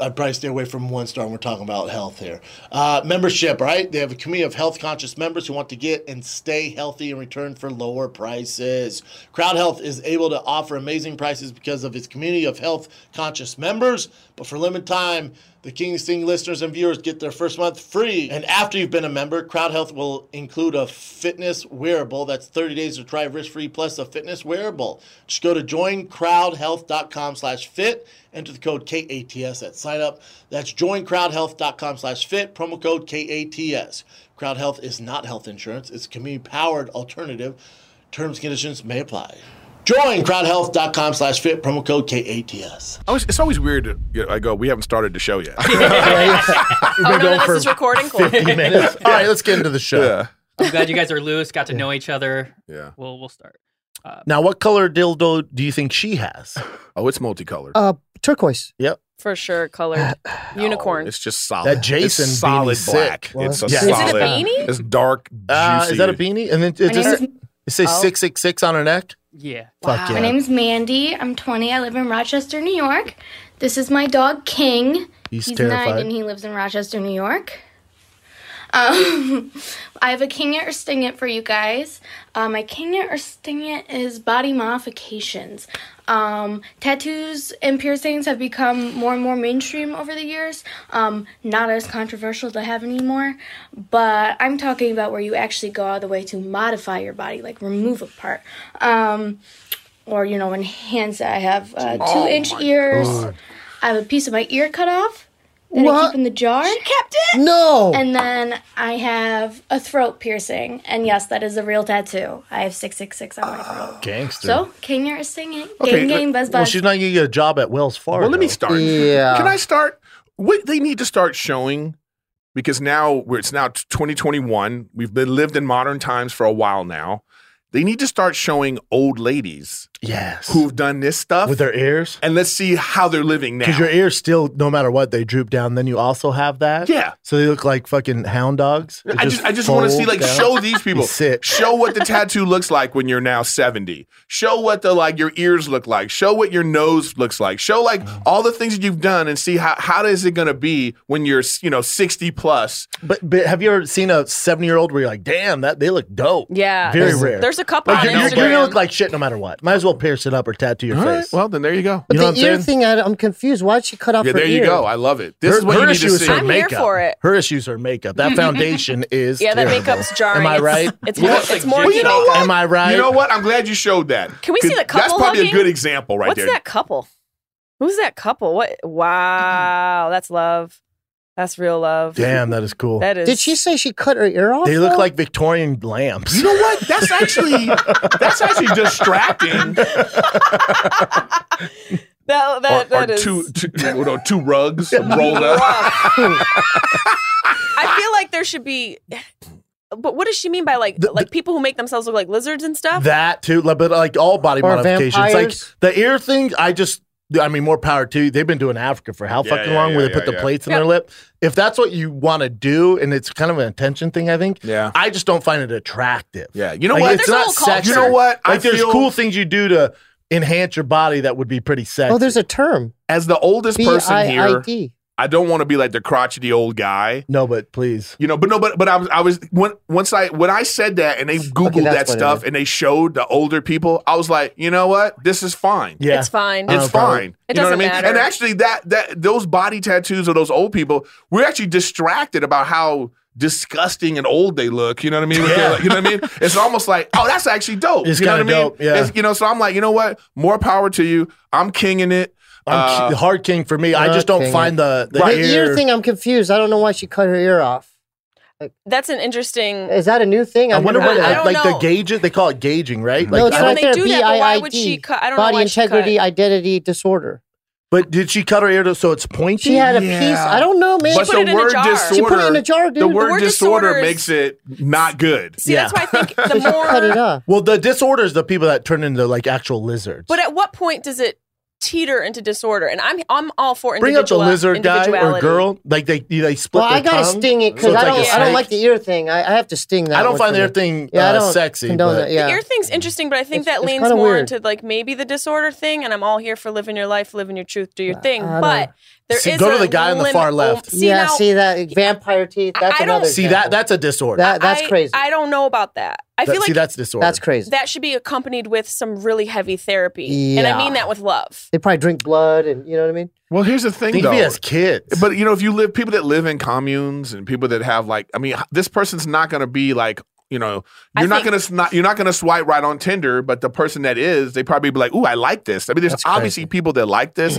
A: I'd probably stay away from one star when we're talking about health here. Uh, membership, right? They have a community of health conscious members who want to get and stay healthy in return for lower prices. Crowd Health is able to offer amazing prices because of its community of health conscious members. But for limited time, the King's Sing listeners and viewers get their first month free. And after you've been a member, Crowd Health will include a fitness wearable that's 30 days to try risk free plus a fitness wearable. Just go to joincrowdhealth.com slash fit enter the code KATS at sign up. That's joincrowdhealth.com slash fit, promo code KATS. Crowd Health is not health insurance, it's a community powered alternative. Terms and conditions may apply. Join crowdhealth.com slash fit, promo code KATS.
B: I was, it's always weird. To, you know, I go, we haven't started the show yet.
E: We've been going for
C: this is recording. Cool.
E: 50 minutes. All right, let's get into the show.
B: Yeah.
G: I'm glad you guys are loose, got to know each other.
B: Yeah.
G: We'll we'll start.
E: Now, what color dildo do you think she has?
B: Oh, it's multicolored.
F: Uh, turquoise.
C: For sure, colored unicorn.
B: It's just solid.
E: That Jason
B: it's solid
E: beanie's
B: black.
E: sick.
B: It's a
E: Yeah. Is it a
B: solid.
C: beanie?
B: It's dark. Juicy.
E: Uh, is that a beanie? And then it
L: My
E: just
L: name,
E: it says
C: Oh.
E: six six six on her neck.
G: Yeah.
E: Fuck
L: is, my
E: yeah,
L: name's Mandy. I'm 20. I live in Rochester, New York. This is my dog King.
E: he's,
L: He's nine
E: terrified.
L: and he lives in Rochester, New York. Um, I have a king it or sting it for you guys. Uh, my king it or sting it is body modifications. Um, tattoos and piercings have become more and more mainstream over the years. Um, not as controversial to have anymore, but I'm talking about where you actually go all the way to modify your body, like remove a part. Um, or, you know, enhance it. I have uh, two inch ears. I have a piece of my ear cut off that I
F: What?
L: keep in the jar.
F: No.
L: And then I have a throat piercing. And yes, that is a real tattoo. I have 666 on my throat.
E: Gangster.
L: So, King Yurt is singing. Gang,
B: Okay,
L: gang, buzz,
E: well,
L: buzz.
E: she's not gonna get a job at Wells Fargo.
B: Well, let me start.
F: Yeah.
B: Can I start? What they need to start showing, because now we're, it's now 2021. We've been lived in modern times for a while now. They need to start showing old ladies
E: Yes,
B: who've done this stuff,
E: with their ears?
B: and let's see how they're living now.
E: Because your ears still, no matter what, they droop down. Then you also have that.
B: Yeah.
E: So they look like fucking hound dogs. They
B: I just, I just want to see
E: fold
B: like
E: down.
B: show these people.
E: He's sick.
B: Show what the tattoo looks like when you're now 70. Show what the like your ears look like. Show what your nose looks like. Show like
E: Oh.
B: all the things that you've done and see how how is it going to be when you're, you know, 60 plus.
E: But, but have you ever seen a seven year old where you're like, damn, that they look dope?
C: yeah.
E: Very
C: there's,
E: rare.
C: There's a couple
E: Like,
C: on
E: you're, you're-
C: Instagram.
E: you're gonna look like shit no matter what. Might as well pierce it up or tattoo your face.
B: Well, then there you go.
F: But
E: You know
F: the
E: what I'm
F: ear
E: saying?
F: thing, I, I'm confused. Why did she cut off
B: Yeah,
F: her
B: there you
F: ear?
B: go. I love it. This
E: her,
B: is what
E: her
B: you need
E: issue
B: to
E: is
B: see.
E: her
C: I'm here
E: makeup.
C: for it.
E: Her issues are makeup. That foundation is
C: yeah, that
E: terrible.
C: makeup's jarring.
E: Am I
C: It's-
E: right?
C: It's, more. It's more.
B: Well, you know what?
E: Am I right?
B: You know what? I'm glad you showed that.
C: Can we
B: 'Cause
C: see the
B: That's
C: couple
B: probably
C: hugging?
B: a good example right
C: What's
B: there.
C: that couple? Who's that couple? What?
A: Mm-hmm.
C: Wow, that's love. That's real love.
E: Damn, that is cool.
C: That is.
F: Did she say she cut her ear off?
E: they look
F: though?
E: like Victorian lamps.
B: You know what? That's actually that's actually distracting.
C: Oh, That,
B: or,
C: that,
B: or
C: that is
B: two, two, you know, two rugs rolled
C: rough.
B: up.
C: I feel like there should be. But what does she mean by like like people who make themselves look like lizards and stuff?
E: That too, like- but like all body
F: Or
E: modifications,
F: vampires.
E: like the ear thing. I just, I mean, more power to you. They've been doing Africa for how
B: Yeah,
E: fucking
B: yeah,
E: long? where
B: yeah,
E: they put
B: yeah,
E: the
B: yeah.
E: plates in
C: Yeah.
E: their lip. If that's what you want to do, and it's kind of an attention thing, I think.
B: Yeah.
E: I just don't find it attractive.
B: Yeah. You know
E: Like,
B: what?
E: It's
C: There's a
E: not
C: whole culture.
E: sexy.
B: You know what? I
E: Like there's
B: feel-
E: cool things you do to enhance your body that would be pretty sexy.
F: Oh, there's a term.
B: As the oldest
F: B
B: person
F: I I
B: here,
F: D.
B: I don't want to be like the crotchety old guy.
A: No, but please.
B: You know, but no, but but I was I was when once I when I said that and they Googled
A: that's what it
B: that stuff
A: is.
B: and they showed the older people, I was like, you know what? This is fine.
A: Yeah. It's fine. I
B: It's
A: don't probably-
B: fine.
A: It
B: you know what I
A: doesn't
B: mean?
A: matter.
B: And actually that that those body tattoos of those old people, we're actually distracted about how disgusting and old they look. You know what I mean? With their- you know what I mean? It's almost like, oh, that's actually dope.
A: It's
B: you know what I
A: kinda
B: mean?
A: dope, yeah.
B: It's- you know, so I'm like, you know what? More power to you. I'm kinging it. Uh,
A: I'm ki- hard king for me. I just don't find the- the
F: the ear thing. I'm confused. I don't know why she cut her ear off.
C: That's an interesting.
F: Is that a new thing?
A: I
F: I've
A: wonder
F: never
A: what
F: heard of
A: like,
F: that.
A: like the gauges. They call it gauging, right?
F: No,
A: Like,
F: it's
A: I
F: right
A: don't-
F: there.
C: do that, but why would
F: BIID,
C: she cut- I don't know
F: body
C: why she
F: integrity
C: cut.
F: identity disorder.
A: But did she cut her ear to, so it's pointy?
F: She had a piece. I don't know, man.
B: But the word disorder,
F: She put it in a jar, dude.
B: The word, disorder, makes it not good.
C: See, that's why I think the
F: They should
C: more.
F: cut it up.
A: Well, the disorder is the people that turn into like actual lizards.
C: But at what point does it teeter into disorder? And I'm I'm all for
A: Bring up the
C: individual-
A: lizard guy or
C: individuality.
A: girl. Like they they split.
F: Well, I
A: their
F: gotta
A: tongue,
F: sting it
A: so
F: because
A: it's
F: I
A: like a
F: don't. I don't
A: snake.
F: like the ear thing. I, I have to sting that.
A: I don't
F: one
A: find
F: for
A: the ear
F: me.
A: thing,
F: Yeah, I
A: uh,
F: don't
A: sexy,
F: condone
A: but-
F: that, Yeah.
C: The ear thing's interesting, but I think that
F: it's
C: leans
F: kinda
C: more
F: weird.
C: into like maybe the disorder thing. And I'm all here for living your life, living your truth, do your thing.
F: Uh, I don't-
C: But there is
A: See, go to
C: a
A: the guy on the
C: lim-
A: far left.
C: See,
F: yeah,
C: now,
F: see that vampire teeth. That's
C: I don't-
F: another.
A: See that? That's a disorder.
F: That- that's
C: I-
F: crazy.
C: I don't know about that. I
A: That-
C: feel
A: see,
C: like
A: that's disorder.
F: That's crazy.
C: that should be accompanied with some really heavy therapy, and I
F: Yeah.
C: mean that with love.
F: They probably drink blood, and you know what I mean.
B: Well, here's the thing,
A: Think
B: though.
A: of it as kids.
B: But you know, if you live people that live in communes and people that have like, I mean, this person's not going to be like, you know,
C: I
B: you're not
C: think-
B: going to not you're not going to swipe right on Tinder, but the person that is, they probably be like, "Ooh, I like this." I mean, there's
A: That's
B: obviously
A: crazy.
B: people that like this.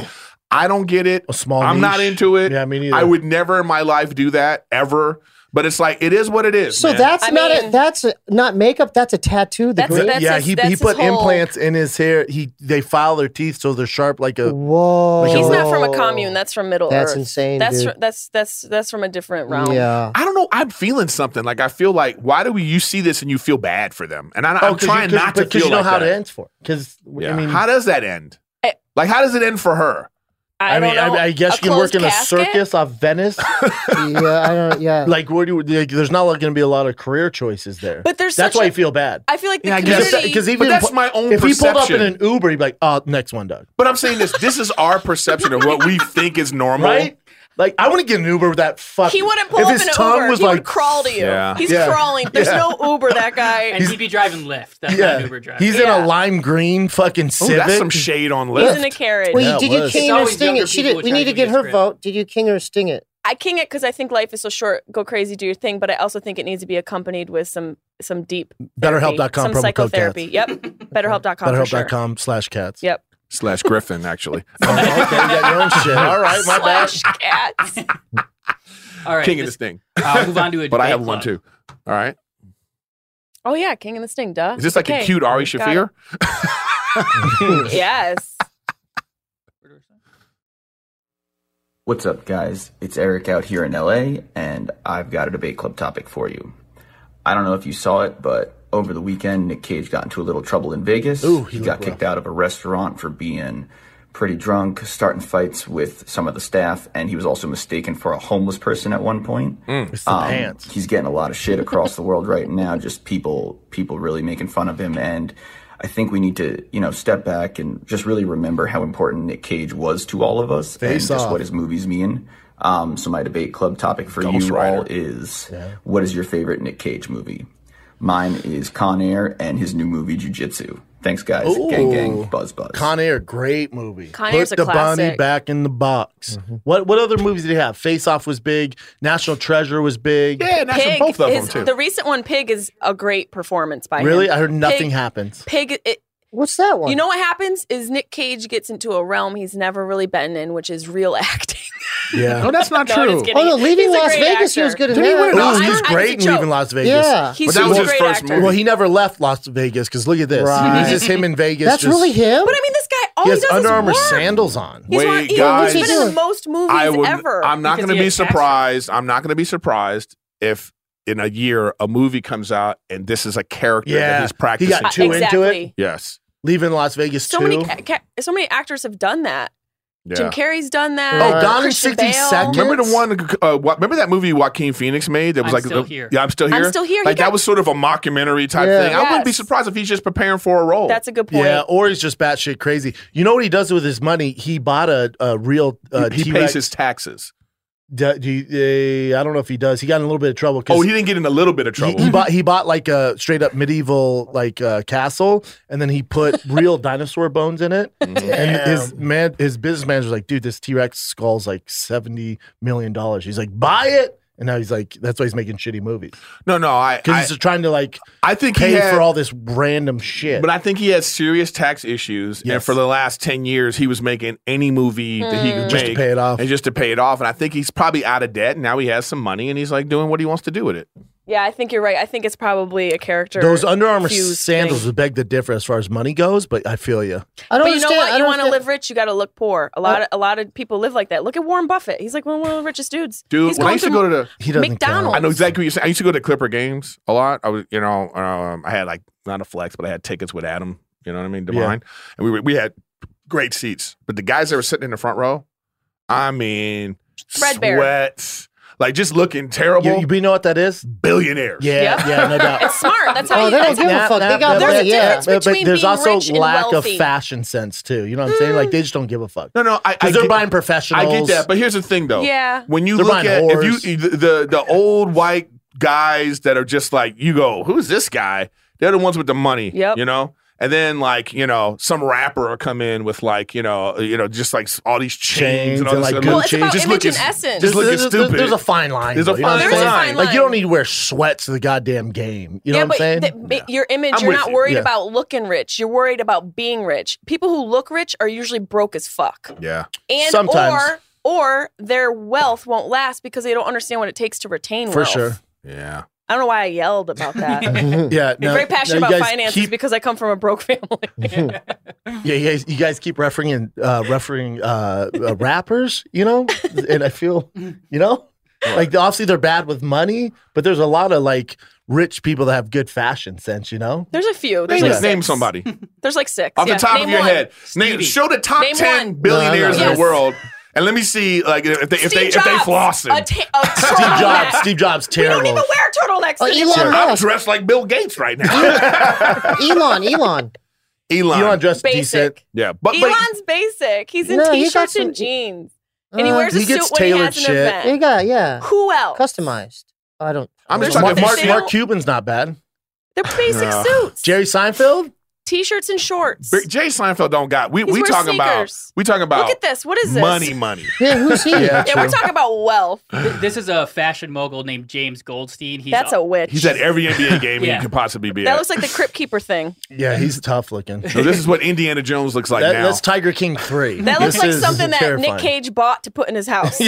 B: I don't get it.
A: A small
B: I'm not
A: niche.
B: into it.
A: Yeah, me neither.
B: I would never in my life do that ever. But it's like it is what it is.
F: So
B: man.
F: that's
C: I
F: not
C: mean-
F: a, that's a, not makeup. That's a tattoo. The
C: That's-
F: green.
C: that's
A: yeah,
C: his-
A: he,
C: that's
A: he
C: his
A: put
C: whole-
A: implants in his hair. He they file their teeth so they're sharp like a.
F: Whoa.
A: Like
C: He's not from a commune. That's from Middle
F: Oh. That's
C: Earth.
F: insane,
C: That's
F: dude.
C: fr- that's that's that's from a different realm.
F: Yeah.
B: I don't know. I'm feeling something. Like I feel like why do we, you see this and you feel bad for them? And I, I'm
A: Oh, 'cause you-
B: trying
A: 'cause-
B: not to
A: but 'cause
B: feel
A: you know
B: like
A: how
B: that.
A: to end for. Because
B: Yeah.
A: I mean,
B: how does that end?
C: I-
B: Like how does it end for her?
C: Eh. I,
A: I, mean,
C: don't know.
A: I, I guess
C: A
A: you can work
C: closed
A: in
C: casket?
A: a circus off Venice.
F: yeah, I don't. Yeah.
A: like, where do you, like, there's not going to be a lot of career choices there.
C: But there's
A: that's
C: such
A: why
C: a-
A: I feel bad.
C: I feel like the
B: Yeah, I guess-
C: community.
A: Because
B: But
A: even
B: that's my own
A: If he pulled up in
B: perception.
A: an Uber, he'd be like, "Oh, next one, Doug."
B: But I'm saying this. This is our perception of what we think is normal.
A: Right? Like, I want to get an Uber with that fucking.
C: He wouldn't pull
A: if
C: up
A: his
C: in an
A: tongue
C: Uber.
A: Was
C: he
A: like,
C: would crawl to you.
B: Yeah.
C: He's
A: Yeah.
C: crawling. There's
A: Yeah.
C: no Uber. That guy.
G: And he'd be driving Lyft. That's
A: Yeah,
G: not Uber driving.
A: he's in a
C: Yeah.
A: lime green fucking
B: Ooh,
A: Civic.
B: that's some shade on
C: He's
B: Lyft.
C: in a carriage.
F: Wait,
A: Yeah, it
F: did you
A: was.
F: king
G: It's
F: it or
G: always
F: sting
G: younger
F: it? She
G: people
F: did.
G: who
F: We
G: try
F: need
G: to do
F: to get
G: this
F: her
G: crap.
F: vote. Did you king her or sting it?
C: I king it because I think life is so short. Go crazy, do your thing. But I also think it needs to be accompanied with some some deep therapy,
A: BetterHelp.com
C: some
A: promo code
C: psychotherapy.
A: cats.
C: Yep. BetterHelp.com. for sure.
A: BetterHelp.com slash cats.
C: Yep.
B: Slash Griffin, actually.
A: okay, you got your own shit. All right, my bad.
C: Slash cats.
G: All right,
B: King of this
G: this-
B: thing.
G: I'll move on to a
B: But I
G: debate
B: have one
G: club.
B: too. All right.
C: Oh yeah, King and the Sting. Duh.
B: Is this like a
C: Okay.
B: cute Ari
C: Got
B: Shafir? Mm.
C: it. Yes.
D: What's up, guys? It's Eric out here in LA, and I've got a debate club topic for you. I don't know if you saw it, but over the weekend, Nick Cage got into a little trouble in Vegas.
A: Ooh, he
D: he
A: looked
D: got
A: rough.
D: kicked out of a restaurant for being pretty drunk, starting fights with some of the staff, and he was also mistaken for a homeless person at one point.
A: It's the
D: Um,
A: pants.
D: He's getting a lot of shit across the world right now. Just people, people really making fun of him, and I think we need to, you know, step back and just really remember how important Nick Cage was to all of us, and
A: Face
D: just
A: off.
D: what his movies mean. Um, so my debate club topic for
B: Ghost
D: you
B: Rider.
D: all is: What is your favorite Nick Cage movie? Mine is Con Air and his new movie Jujitsu. Thanks, guys. Gang, gang,
A: Ooh.
D: buzz, buzz.
A: Con Air, great movie.
C: Con
A: Put
C: Air's a
A: the Bonnie
C: classic.
A: back in the box.
B: Mm-hmm.
A: What what other movies did he have? Face Off was big. National Treasure was big.
B: Yeah, and that's
C: Pig.
B: from both of them
C: is-
B: too.
C: The recent one, Pig, is a great performance by him.
A: Really, I heard nothing
C: Pig-
A: happens.
C: Pig. It,
F: What's that one?
C: you know what happens is Nick Cage gets into a realm he's never really been in, which is real acting.
B: no,
A: Yeah.
B: that's not
C: No, I'm
B: true.
C: just kidding.
F: Oh no, leaving
C: He's a
F: Las
C: great
F: Vegas,
C: actor.
F: he was good in
B: Did he win
F: that.
B: an
A: Ooh,
C: I-
A: he's
C: I-
A: great in
C: it's a
A: Leaving
C: joke.
A: Las Vegas.
F: Yeah.
C: He's
B: But that
C: he's
B: was
C: a
B: his
C: great
B: first
C: actor.
B: movie.
A: Well, he never left Las Vegas because look at this.
F: Right.
A: This is him in Vegas.
F: That's
A: just-
F: really him. Oh,
C: But I mean, this guy all
A: He
C: he,
A: has
C: does
A: Under
C: is
A: Armour
C: work.
A: sandals on.
C: He's,
B: Wait,
C: one, he's,
B: guys.
C: he's been in the most movies
B: I would,
C: ever.
B: I'm not
G: because
B: going to
G: he
B: be
G: attacks her.
B: surprised. I'm not going to be surprised if in a year a movie comes out and this is a character that
A: Yeah,
B: he's practicing.
A: got two- into it?
C: exactly.
B: yes.
A: Leaving Las Vegas
C: So
A: too.
C: many, ca- ca- so many actors have done that.
B: Yeah.
C: Jim Carrey's done that.
A: Oh, Gone in
C: Christian
A: 60
C: Bale.
A: Seconds?
B: Remember the one? Uh, what, remember that movie Joaquin Phoenix made? That was
G: I'm
B: like,
G: Still
B: the-
G: Here.
B: yeah, I'm still here.
C: I'm still here. He
B: Like that
C: got-
B: was sort of a mockumentary type
F: Yeah.
B: thing. I wouldn't be
C: Yes.
B: surprised if he's just preparing for a role.
C: That's a good point.
A: yeah, or he's just batshit crazy. You know what he does with his money? He bought a, a real uh,
B: he
A: T-Rex.
B: pays his taxes.
A: Do, do you- eh, I don't know if he does. He got in a little bit of trouble. 'cause
B: Oh, he didn't get in a little bit of trouble.
A: He, he bought he bought like a straight up medieval like uh, castle, and then he put real dinosaur bones in it. And his man, his business manager's like, dude, this T Rex skull's like seventy million dollars. He's like, buy it. And now he's like, that's why he's making shitty movies
B: no, no, I. I-
A: because he's trying to like
B: I think he
A: pay
B: had-
A: for all this random shit.
B: But I think he had serious tax issues, and
A: Yes.
B: for the last ten years, he was making any movie that he could
A: Hmm. Just to
B: make
A: pay it off.
B: and just to pay it off. And I think he's probably out of debt and now. He has some money, and he's like doing what he wants to do with it.
C: Yeah, I think you're right. I think it's probably a character.
A: Those Under Armour
C: fused
A: sandals
C: thing.
A: would beg to differ as far as money goes, but I feel you.
F: I don't
C: but you know
F: understand- I
C: what? You want
F: don't
C: to
F: understand-
C: live rich, you got to look poor. A lot, of, a lot of people live like that. Look at Warren Buffett. He's like one of the richest dudes.
B: Dude,
C: He's
B: when I
C: going
B: used to
C: through
B: go to the
A: He doesn't count.
C: McDonald's.
B: I know exactly what you're saying. I used to go to Clipper games a lot. I was, you know, um, I had like not a flex, but I had tickets with Adam. You know what I mean,
A: Yeah.
B: Divine, and we were, we had great seats. But the guys that were sitting in the front row, I mean,
C: Threadbare.
B: sweats, like just looking terrible.
A: You, you know what that is?
B: billionaires.
A: Yeah,
C: Yep.
A: yeah, no doubt.
C: It's smart. That's how
F: Oh,
C: you.
F: they don't
C: that's
F: give a
C: how-
F: fuck. They got
C: There's
F: money,
C: a
F: yeah.
C: difference
A: But- but
C: between
A: there's
C: being
A: also
C: rich and
A: lack
C: wealthy.
A: of fashion sense too. You know what I'm saying? Like they just don't give a fuck.
B: No, no, I, I
A: Because they're
B: get-
A: buying
B: I
A: professionals.
B: get that, but here's the thing, though.
C: Yeah.
B: When you
A: They're
B: look
A: buying
B: at if
A: whores.
B: you the, the the old white guys that are just like you go, who's this guy? They're the ones with the money.
C: Yep.
B: You know. And then like you know some rapper will come in with like you know you know just like s- all these
A: Chains
B: chains, and all
A: and,
B: this
A: like,
B: stuff.
A: blue
C: Well, it's
A: Just
C: about image and
B: looking-
C: essence.
B: just looking
A: there's, there's-
B: stupid.
A: There's a fine line.
B: There's a
A: though, you know what
B: fine
A: I'm
C: There's a
A: saying?
C: fine
A: Like you don't
C: line.
A: need to wear sweats to the goddamn game. You know
C: yeah,
A: what I'm saying?
C: but the- your image,
B: I'm
C: you're
B: with
C: not
B: you.
C: worried
A: Yeah.
C: about looking rich. You're worried about being rich. People who look rich are usually broke as fuck.
B: yeah.
C: And
A: Sometimes.
C: or or their wealth won't last because they don't understand what it takes to retain
A: For
C: wealth.
A: sure.
B: Yeah.
C: I don't know why I yelled about that. I'm
A: Yeah, no,
C: very passionate
A: no, you
C: about
A: guys
C: finances
A: keep-
C: because I come from a broke family.
A: yeah, you guys, you guys keep refereeing, uh, refereeing uh, uh, rappers, you know, and I feel, you know, like obviously they're bad with money, but there's a lot of like rich people that have good fashion sense, you know.
C: There's a few. There's
B: Name,
C: like
B: name
C: six.
B: somebody
C: There's like six.
B: off
C: yeah.
B: the top
C: Name
B: of your
C: one.
B: head. Name, show the top
C: Name
B: ten
C: one.
B: billionaires
A: No,
C: no.
B: in the
C: Yes.
B: world, and let me see like if they if they
C: Steve
B: if they
C: Jobs,
B: flossing.
C: A ta- a
A: Steve
C: turtleneck.
A: Jobs. Steve Jobs.
C: We don't even
A: Terrible.
C: wear turtlenecks.
F: Oh,
C: anymore.
F: Elon
B: I'm
F: Musk.
B: dressed like Bill Gates right now.
F: Elon, Elon.
B: Elon.
A: You don't dress decent.
C: Basic.
B: Yeah, but, but
C: Elon's basic. He's in
F: No, he got
C: t-shirts
F: some- e-,
C: and jeans, and he
F: Uh,
C: wears a
A: he
C: suit
A: gets
C: when he
A: tailored
C: has an
A: shit.
F: You
C: event.
F: got yeah,
C: Who else?
F: customized. I don't.
B: I'm just talking
F: I don't
A: Mark,
F: know.
B: Mark-
A: Mark,
C: They
A: Mark
C: don't-
A: Cuban's not bad.
C: They're basic
B: Nah.
C: suits,
A: Jerry Seinfeld.
C: t-shirts and shorts.
B: But Jay Seinfeld don't got. We
C: He's
B: we
C: wearing
B: talking about
C: sneakers.
B: we talking about
C: Look at this. What is this?
B: money, money.
F: Yeah, who's he?
A: Yeah.
C: Yeah, we're talking about wealth.
G: Th- This is a fashion mogul named James Goldstein. He's
C: That's a witch.
B: He's at every NBA game
G: Yeah.
B: he could possibly be
C: That
B: at.
C: looks like the Crypt Keeper thing.
A: Yeah, he's tough looking.
B: so this is what Indiana Jones looks like
A: That-
B: now.
A: that's Tiger King three.
C: That looks
A: This
C: like
A: is
C: something that
A: terrifying.
C: Nick Cage bought to put in his house.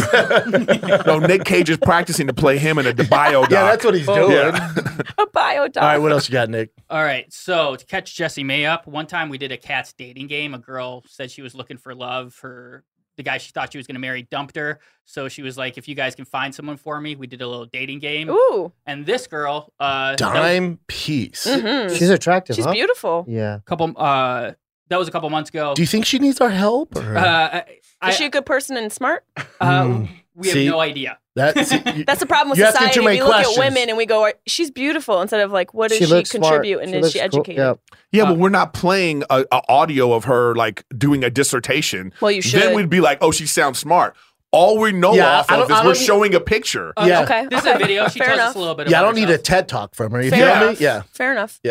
B: no, Nick Cage is practicing to play him in a DeBio doc.
A: Yeah, that's what he's
C: Oh,
A: doing.
B: Yeah.
C: A bio doc.
A: All right, what else you got, Nick?
G: All right, so to catch Jesse May up, one time we did a cat's dating game. A girl said she was looking for love. Her the guy she thought she was going to marry dumped her, so she was like, "If you guys can find someone for me," we did a little dating game.
C: Ooh,
G: And this girl, uh, that was
A: Dime piece.
C: mhm.
F: She's attractive.
C: she's
F: huh?
C: beautiful.
F: Yeah.
G: a couple, uh, that was a couple months ago.
A: Do you think she needs our help? or-
G: uh, I, I-
C: Is she a good person and smart?
G: uh,
A: Mm.
G: we have
A: See?
G: no idea.
A: That's you-
C: That's the problem with
A: You're asking
C: society.
A: too many
C: we look
A: questions.
C: at women and we go, "She's beautiful," instead of like, "What does she, contribute?" And is she
F: looks cool.
C: educated?
F: Yep.
B: yeah,
G: Uh,
B: but we're not playing a, a audio of her like doing a dissertation.
C: Well, you should.
B: Then we'd be like, oh, she sounds smart. All we know
A: Yeah,
B: off
A: I
B: of
A: don't-
B: is
A: I
B: we're
A: don't-
B: showing a picture.
G: Uh,
A: Yeah.
C: Okay,
G: This is a
C: okay.
G: video. She
C: Fair
G: tells
C: enough.
G: us a little bit.
A: yeah, I
G: about
A: don't need a
G: herself.
A: TED talk from her. You
C: Fair
A: feel me?
C: enough.
A: Yeah.
C: Fair enough.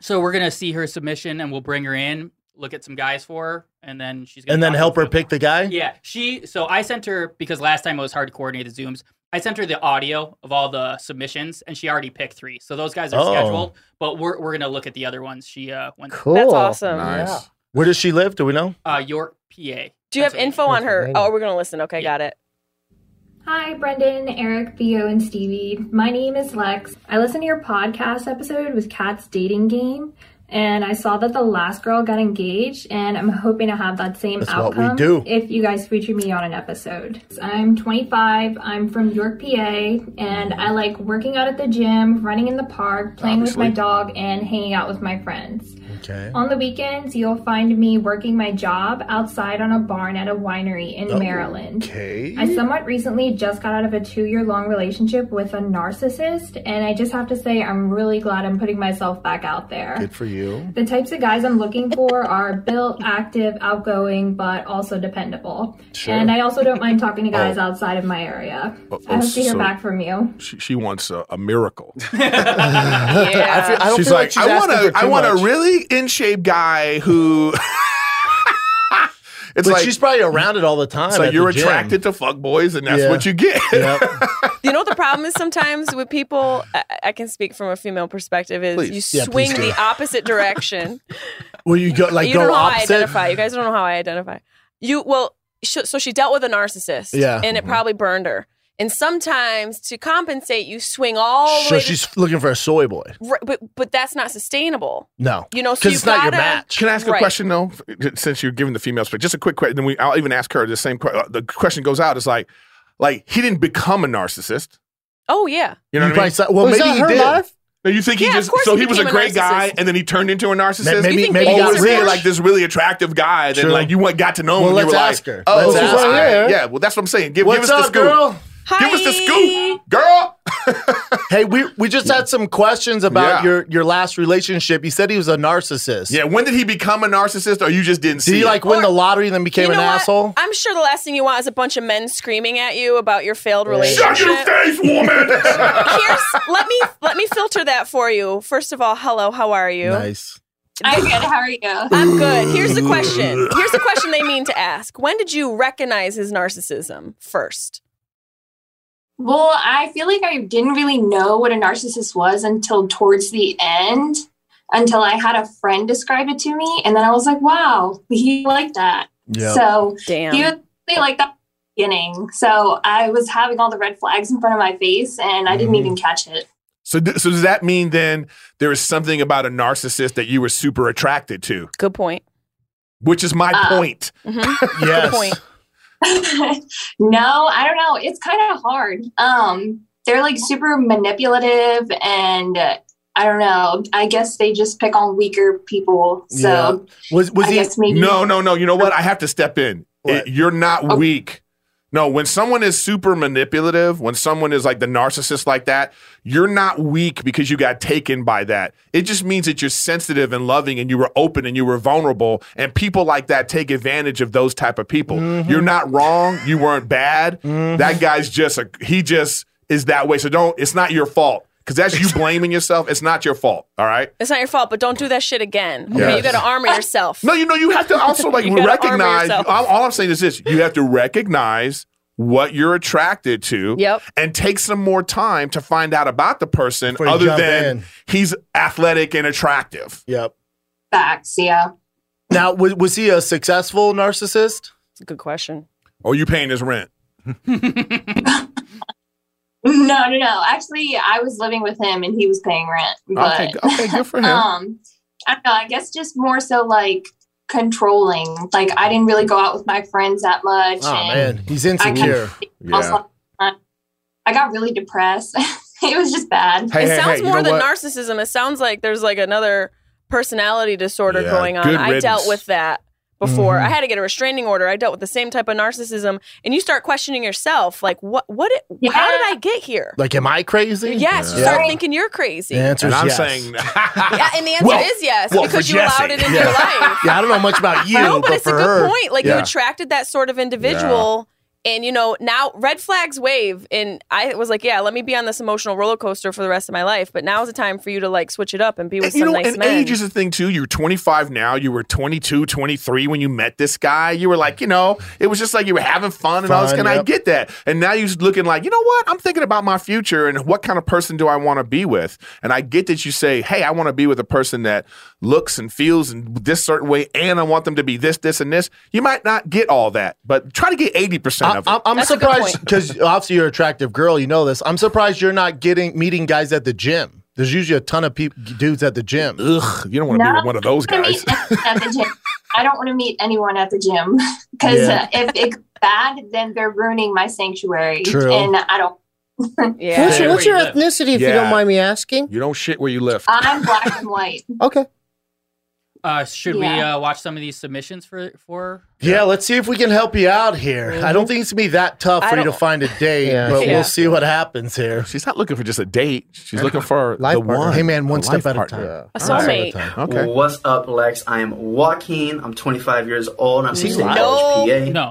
G: So we're gonna see her submission, and we'll bring her in, look at some guys for her, and then she's gonna
A: And then
G: talk to
A: help her
G: people.
A: pick the guy?
G: Yeah, she. So I sent her because last time it was hard to coordinate the zooms. I sent her the audio of all the submissions, and she already picked three. So those guys are
A: Oh.
G: scheduled, but we're we're gonna look at the other ones. She uh, went
F: Cool.
C: That's awesome.
F: Yeah.
A: Where does she live? Do we know?
G: uh, York, PA.
C: Do you have
G: Pennsylvania.
C: info on her?
F: Pennsylvania.
C: Oh, we're gonna listen. Okay, got it.
M: Hi, Brendan, Eric, Theo, and Stevie. My name is Lex. I listened to your podcast episode with Kat's dating game, and I saw that the last girl got engaged, and I'm hoping to have that same
A: That's what we
M: outcome
A: do.
M: if you guys feature me on an episode. I'm 25, I'm from York, PA, and I like working out at the gym, running in the park, playing with my dog, and hanging out with my friends.
A: Okay.
M: On the weekends, you'll find me working my job outside on a barn at a winery
A: Oh,
M: in Maryland.
A: Okay.
B: Mm-hmm.
M: I somewhat recently just got out of a two year long relationship with a narcissist, and I just have to say, I'm really glad I'm putting myself back out there.
A: Good for you.
M: The types of guys I'm looking for are built, active, outgoing, but also dependable.
B: Sure.
M: And I also don't mind talking to guys
B: Oh.
M: outside of my area.
B: Oh,
M: I hope to hear
B: so-
M: back from you.
B: She, she wants a, a miracle.
M: Yeah.
J: feel- I don't
B: she's
J: feel
B: like,
J: like she's
B: I want
J: asking
B: a,
J: for
B: I
J: too
B: want
J: much."
B: a really in shape guy who.
A: but
B: it's like
A: she's probably around it all the time.
B: so
A: at the
B: you're
A: gym.
B: attracted to fuck boys, and that's
A: Yeah.
B: what you get.
C: you know what the problem is sometimes with people I, I can speak from a female perspective is
A: Please.
C: you
A: Yeah,
C: swing
A: please do.
C: the opposite direction
A: Well, you go like
C: you
A: go
C: don't know how
A: opposite.
C: i identify you guys don't know how i identify you well sh- so she dealt with a narcissist
A: Yeah. Mm-hmm.
C: and it probably burned her and sometimes to compensate you swing all the
A: so
C: way
A: she's looking for a soy boy.
C: to, right, but but that's not sustainable
A: No,
C: You know, so
A: 'Cause
C: you
A: it's not your
C: gotta-
A: match.
B: Can I ask a
C: Right.
B: question though? Since you're giving the female space, just a quick question. Then we, I'll even ask her the same. que- uh, The question goes out. It's like, like he didn't become a narcist.
C: oh yeah
B: You
A: You
B: know what I mean?
A: probably saw- well, Was maybe that he her did. life?
B: No, you think
C: Yeah,
B: he
C: of
B: just
C: course
B: so
C: he
B: he was a
C: became a
B: great guy
C: narcissist.
B: and then he turned into a narcissist?
A: maybe- You think maybe
B: oh,
A: he got
B: was really
A: rich?
B: like this really attractive guy that
A: True.
B: like you went got to know him
A: Well,
B: and you
A: let's
B: were like,
A: ask her.
B: oh,
A: Let's ask
B: all
A: her.
B: right. yeah. Well, that's what I'm saying. Give, give
A: What's
B: us the
A: up,
B: scoop.
A: girl?
B: Give us the scoop, girl.
A: Hey, we we just had some questions about
B: Yeah.
A: your your last relationship. You said he was a narcissist.
B: Yeah. When did he become a narcissist, or you just didn't see?
A: Did he
B: it?
A: like win the lottery and then became
C: You
A: an
C: know what?
A: asshole?
C: I'm sure the last thing you want is a bunch of men screaming at you about your failed relationship.
B: Shut your face, woman.
C: Here's let me let me filter that for you. First of all, hello, how are you?
A: Nice.
N: I'm good. How are you?
C: I'm good. Here's the question. Here's the question they mean to ask. When did you recognize his narcissism first?
N: Well, I feel like I didn't really know what a narcissist was until towards the end, until I had a friend describe it to me. And then I was like, wow, he liked that.
C: Yeah.
N: So
C: Damn.
N: he was really like that at the beginning. So I was having all the red flags in front of my face and I didn't even catch it.
B: So, th- so does that mean then there is something about a narcissist that you were super attracted to?
C: Good point.
B: Which is my
N: Uh,
B: point.
N: Mhm.
B: Yes.
N: Good point. no, I don't know. It's kind of hard. Um, they're like super manipulative, and uh, I don't know. I guess they just pick on weaker people. So
A: was
N: was I he- guess maybe-
B: No, no, no. You know what? I have to step in. It- you're not weak. No, when someone is super manipulative, when someone is like the narcissist like that, you're not weak because you got taken by that. It just means that you're sensitive and loving and you were open and you were vulnerable and people like that take advantage of those type of people.
N: Mm-hmm.
B: You're not wrong, you weren't bad. That guy's just a he just is that way. So don't it's not your fault cuz that's you blaming yourself. It's not your fault, all right?
C: It's not your fault, but don't do that shit again. Okay,
B: Yes.
C: you got to armor yourself.
B: No, you know, you have to also like
C: You gotta armor
B: recognize.
C: yourself.
B: I'm- all I'm saying is this: you have to recognize what you're attracted to,
C: Yep.
B: and take some more time to find out about the person,
A: you
B: other
A: jump
B: than
A: in.
B: he's athletic and attractive.
A: Yep.
N: facts, yeah.
A: Now, was, was he a successful narcissist?
C: It's a good question.
B: Or Oh, you paying his rent?
N: No, no, no. Actually, I was living with him, and he was paying rent. But,
B: Okay, okay, good for him.
N: um, I don't know. I guess just more so like controlling. Like I didn't really go out with my friends that much.
A: Oh
N: and
A: man, he's
N: I kinda-
A: insecure.
N: I was like, I got really depressed. it was just bad.
A: Hey,
C: it
A: hey,
C: sounds
A: hey, you
C: more
A: know
C: than
A: what?
C: narcissism. It sounds like there's like another personality disorder
N: Yeah,
C: going on.
N: good
C: I dealt
N: riddance.
C: with that before.
A: Mm-hmm.
N: Mhm.
C: I had to get a restraining order. I dealt with the same type of narcissism, and you start questioning yourself, like, what, what, it, how did I get here?
A: Like, am I crazy?
C: Yes, you
A: Yeah.
C: start thinking you're crazy.
A: The answer
B: And
A: is
B: I'm
A: yes.
B: saying-
C: yeah, and the answer
A: Well,
C: is yes
A: well,
C: because
A: for
C: you allowed it
A: Jesse.
C: in
A: Yeah.
C: your life.
A: Yeah, I don't know much about you,
C: no,
A: but,
C: but, it's
A: for
C: a good
A: her,
C: point. Like you
A: Yeah.
C: attracted that sort of individual. And you know now red flags wave, and I was like, yeah, let me be on this emotional roller coaster for the rest of my life. But now's the time for you to like switch it up and be with
B: And, you
C: some
B: know,
C: nice
B: and
C: men.
B: age is a thing too. You're 25 now. You were 22, 23 when you met this guy. You were like, you know, it was just like you were having fun and all this.
A: Fun,
B: Can I
A: yep.
B: get that? And now you're just looking like, you know what? I'm thinking about my future and what kind of person do I want to be with? And I get that you say, hey, I want to be with a person that looks and feels in this certain way, and I want them to be this, this, and this. You might not get all that, but try to get 80% of it.
A: I, I'm surprised because obviously you're an attractive girl. You know this. I'm surprised you're not getting meeting guys at the gym. There's usually a ton of peop dudes at the gym.
B: Ugh, you don't
N: wanna be No. with
B: one of those
N: I don't wanna meet anyone at the gym. I don't want to meet anyone at the gym because
A: Yeah.
N: uh, if it's bad, then they're ruining my sanctuary,
B: True.
N: and I don't.
F: What's your, what's your ethnicity, if you
B: Yeah.
F: don't mind me asking?
B: You don't shit where you live.
N: I'm black and white.
F: Okay.
G: Uh, should we
A: Yeah.
G: uh, watch some of these submissions for for?
A: Yeah, let's see if we can help you out here. I
C: Mm-hmm.
A: don't think it's gonna be that tough
G: I
A: for you to
G: don't-
A: find a date,
G: Yeah.
A: but
G: Yeah.
A: we'll see what happens here.
B: She's not looking for just a date. She's looking for the one.
A: Hey man, one
B: A
A: step
B: life
A: at a
B: partner.
A: time.
C: A soulmate.
B: Okay.
O: What's up, Lex? I am Joaquin. I'm 25 years old. I'm
C: Is
O: from
C: he
O: St.
C: live?
O: Louis, PA.
G: No.